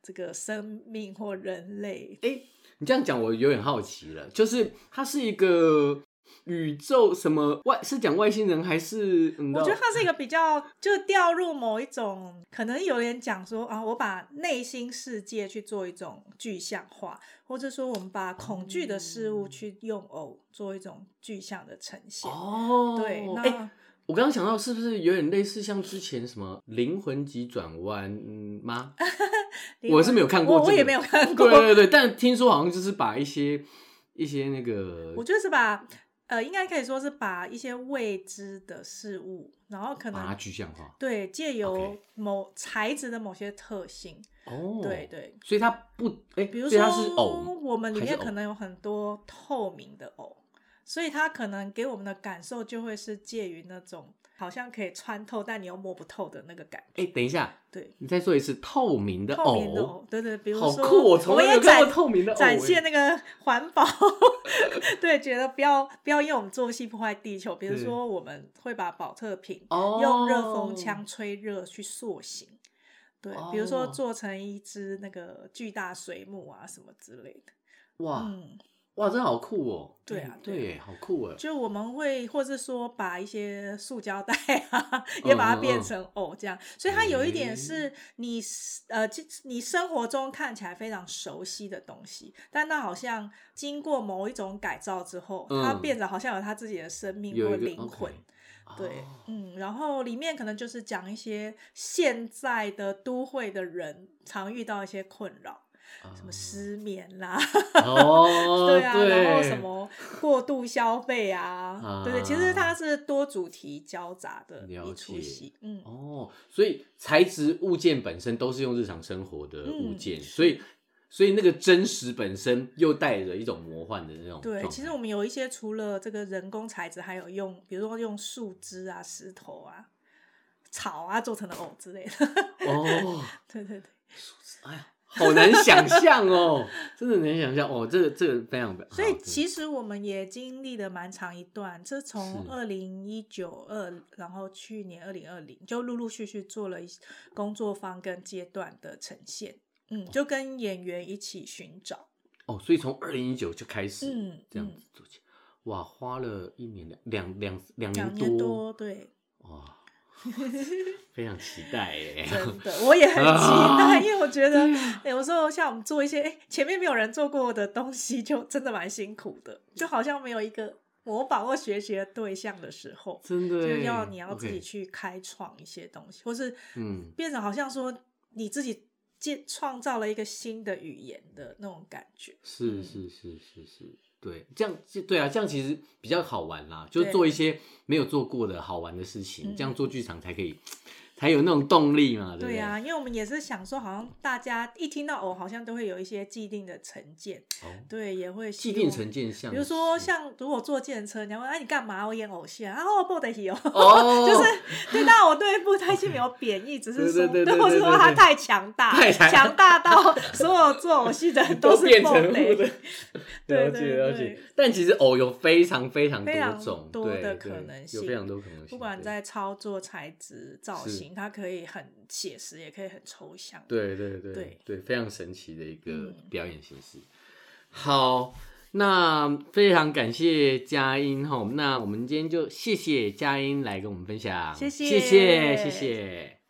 [SPEAKER 4] 这个生命或人类？
[SPEAKER 2] 哎、你这样讲我有点好奇了，就是它是一个宇宙什么外是讲外星人还是？嗯
[SPEAKER 4] 我觉得它是一个比较，就掉入某一种，可能有人讲说啊，我把内心世界去做一种具象化，或者说我们把恐惧的事物去用偶做一种具象的呈
[SPEAKER 2] 嗯
[SPEAKER 4] 现。
[SPEAKER 2] 哦，
[SPEAKER 4] 对，那、
[SPEAKER 2] 哎、我刚刚想到是不是有点类似像之前什么灵魂急转弯嗯
[SPEAKER 4] [laughs]
[SPEAKER 2] 吗？
[SPEAKER 4] 另外
[SPEAKER 2] 我是没有看过、
[SPEAKER 4] 我
[SPEAKER 2] 这个，
[SPEAKER 4] 我也没有看过。
[SPEAKER 2] 对对对，但听说好像就是把一些一些那个，
[SPEAKER 4] 我觉得是把呃，应该可以说是把一些未知的事物，然后可
[SPEAKER 2] 把它
[SPEAKER 4] 能
[SPEAKER 2] 具象化。
[SPEAKER 4] 对借由
[SPEAKER 2] OK
[SPEAKER 4] 某材质的某些特性，
[SPEAKER 2] 哦，
[SPEAKER 4] 对，对，
[SPEAKER 2] 所以它不，哎，
[SPEAKER 4] 比如
[SPEAKER 2] 所以它
[SPEAKER 4] 说
[SPEAKER 2] 是偶，
[SPEAKER 4] 我们里
[SPEAKER 2] 还是
[SPEAKER 4] 面
[SPEAKER 2] 偶
[SPEAKER 4] 可能有很多透明的藕，所以它可能给我们的感受就会是介于那种好像可以穿透，但你又摸不透的那个感觉。
[SPEAKER 2] 哎，等一下，
[SPEAKER 4] 对，
[SPEAKER 2] 你再说一次，透明的
[SPEAKER 4] 透明的
[SPEAKER 2] 偶，
[SPEAKER 4] 藕，对对，比如
[SPEAKER 2] 好
[SPEAKER 4] 说，
[SPEAKER 2] 酷哦，我从
[SPEAKER 4] 我
[SPEAKER 2] 来没
[SPEAKER 4] 也
[SPEAKER 2] 有看过
[SPEAKER 4] 展
[SPEAKER 2] 透明的偶，
[SPEAKER 4] 展
[SPEAKER 2] 哎
[SPEAKER 4] 现那个环保， [laughs] 对，觉得不要不要因为我们做戏破坏地球。比如
[SPEAKER 2] 对
[SPEAKER 4] 说，我们会把保特瓶
[SPEAKER 2] 哦，
[SPEAKER 4] 用热风枪吹热去塑形。对，比如说
[SPEAKER 2] 哦
[SPEAKER 4] 做成一只那个巨大水母啊什么之类的，
[SPEAKER 2] 哇
[SPEAKER 4] 嗯，
[SPEAKER 2] 哇，真好酷哦，
[SPEAKER 4] 对啊
[SPEAKER 2] 哎
[SPEAKER 4] 对啊
[SPEAKER 2] 对，好酷哎，
[SPEAKER 4] 就我们会，或是说把一些塑胶袋啊，
[SPEAKER 2] 嗯
[SPEAKER 4] 也把它
[SPEAKER 2] 嗯
[SPEAKER 4] 变
[SPEAKER 2] 嗯
[SPEAKER 4] 成藕这样，所以它有一
[SPEAKER 2] 诶
[SPEAKER 4] 点是你呃，其你生活中看起来非常熟悉的东西，但它好像经过某一种改造之后，它
[SPEAKER 2] 嗯
[SPEAKER 4] 变得好像有它自己的生命
[SPEAKER 2] 有
[SPEAKER 4] 或
[SPEAKER 2] 一个
[SPEAKER 4] 灵魂。
[SPEAKER 2] OK
[SPEAKER 4] 对
[SPEAKER 2] 哦，
[SPEAKER 4] 嗯，然后里面可能就是讲一些现在的都会的人常遇到一些困扰，
[SPEAKER 2] 啊
[SPEAKER 4] 什么失眠啦，
[SPEAKER 2] 哦，
[SPEAKER 4] [laughs] 对啊，然后什么过度消费
[SPEAKER 2] 啊
[SPEAKER 4] 啊，对对，其实它是多主题交杂的
[SPEAKER 2] 了
[SPEAKER 4] 一出
[SPEAKER 2] 解
[SPEAKER 4] 戏，嗯，
[SPEAKER 2] 哦，所以材质物件本身都是用日常生活的物
[SPEAKER 4] 嗯
[SPEAKER 2] 件，
[SPEAKER 4] 是
[SPEAKER 2] 所以所以那个真实本身又带着一种魔幻的那种
[SPEAKER 4] 对，
[SPEAKER 2] 状
[SPEAKER 4] 其
[SPEAKER 2] 态
[SPEAKER 4] 实我们有一些除了这个人工材质，还有用，比如说用树枝啊、石头啊、草啊做成的偶之类的， [laughs]
[SPEAKER 2] 哦，
[SPEAKER 4] 对对对，
[SPEAKER 2] 哎呀，好难想象
[SPEAKER 4] [laughs]
[SPEAKER 2] 哦，真的难想象哦，这个这个非常
[SPEAKER 4] 所以
[SPEAKER 2] 实
[SPEAKER 4] 其实我们也经历了蛮长一段，这从
[SPEAKER 2] 是
[SPEAKER 4] 二零一九二，然后去年二零二零，就陆陆续续做了一些工作坊跟阶段的呈现，嗯，就跟演员一起寻找，
[SPEAKER 2] 哦，所以从二零一九就开始、
[SPEAKER 4] 嗯，
[SPEAKER 2] 这样
[SPEAKER 4] 嗯
[SPEAKER 2] 子做起，哇，花了一年两两两两
[SPEAKER 4] 两
[SPEAKER 2] 年
[SPEAKER 4] 年多，对，
[SPEAKER 2] 哇，非常期待
[SPEAKER 4] [laughs]
[SPEAKER 2] 耶。
[SPEAKER 4] 真的，我也很期
[SPEAKER 2] 啊 [laughs]
[SPEAKER 4] 待，因为我觉得哎有时候像我们做一些哎前面没有人做过的东西，就真的蛮辛苦的，就好像没有一个模仿或学习的对象的时候，
[SPEAKER 2] 真的
[SPEAKER 4] 就
[SPEAKER 2] 耶，
[SPEAKER 4] 是要你要自
[SPEAKER 2] OK
[SPEAKER 4] 己去开创一些东西，或是
[SPEAKER 2] 嗯
[SPEAKER 4] 变成好像说你自己建创造了一个新的语言的那种感觉，
[SPEAKER 2] 是
[SPEAKER 4] 嗯
[SPEAKER 2] 是是是是，对，这样就对啊，这样其实比较好玩啦，就是
[SPEAKER 4] 对
[SPEAKER 2] 做一些没有做过的好玩的事情，
[SPEAKER 4] 嗯
[SPEAKER 2] 这样做剧场才可以，才有那种动力嘛，对不
[SPEAKER 4] 对
[SPEAKER 2] 对？
[SPEAKER 4] 啊，因为我们也是想说，好像大家一听到哦偶，好像都会有一些既定的成见，
[SPEAKER 2] 哦，
[SPEAKER 4] 对，也会希
[SPEAKER 2] 既定
[SPEAKER 4] 望
[SPEAKER 2] 成见像是，
[SPEAKER 4] 比如说像如果坐电车，人家问哎、你干嘛？我演偶像啊， [laughs] 哦不得行哦，
[SPEAKER 2] 哦，
[SPEAKER 4] [laughs] 就是对，当然我对布袋戏没有贬义，只是说
[SPEAKER 2] 对对对
[SPEAKER 4] [laughs]
[SPEAKER 2] 对
[SPEAKER 4] 我是
[SPEAKER 2] 对
[SPEAKER 4] 说他
[SPEAKER 2] 对
[SPEAKER 4] 太强大，
[SPEAKER 2] [laughs] 太强
[SPEAKER 4] 强大到所有做偶戏的
[SPEAKER 2] [laughs]
[SPEAKER 4] 人都是
[SPEAKER 2] 变
[SPEAKER 4] 不
[SPEAKER 2] 成
[SPEAKER 4] 得
[SPEAKER 2] 物的， [laughs]
[SPEAKER 4] 对
[SPEAKER 2] 了
[SPEAKER 4] [laughs] 对
[SPEAKER 2] 解了解
[SPEAKER 4] 对。
[SPEAKER 2] 但其实偶有非常非常
[SPEAKER 4] 非常
[SPEAKER 2] 种
[SPEAKER 4] 多
[SPEAKER 2] 对
[SPEAKER 4] 的
[SPEAKER 2] 对
[SPEAKER 4] 可能
[SPEAKER 2] 有非
[SPEAKER 4] 性
[SPEAKER 2] 常多可能性，
[SPEAKER 4] 不管
[SPEAKER 2] 对
[SPEAKER 4] 在操作、材质、造
[SPEAKER 2] 是
[SPEAKER 4] 型，它可以很写实，也可以很抽象。
[SPEAKER 2] 对对对
[SPEAKER 4] 对
[SPEAKER 2] 非常神奇的一个
[SPEAKER 4] 嗯
[SPEAKER 2] 表演形式。好，那非常感谢佳音哈，那我们今天就谢谢佳音来跟我们分享，
[SPEAKER 4] 谢谢
[SPEAKER 2] 谢谢谢谢。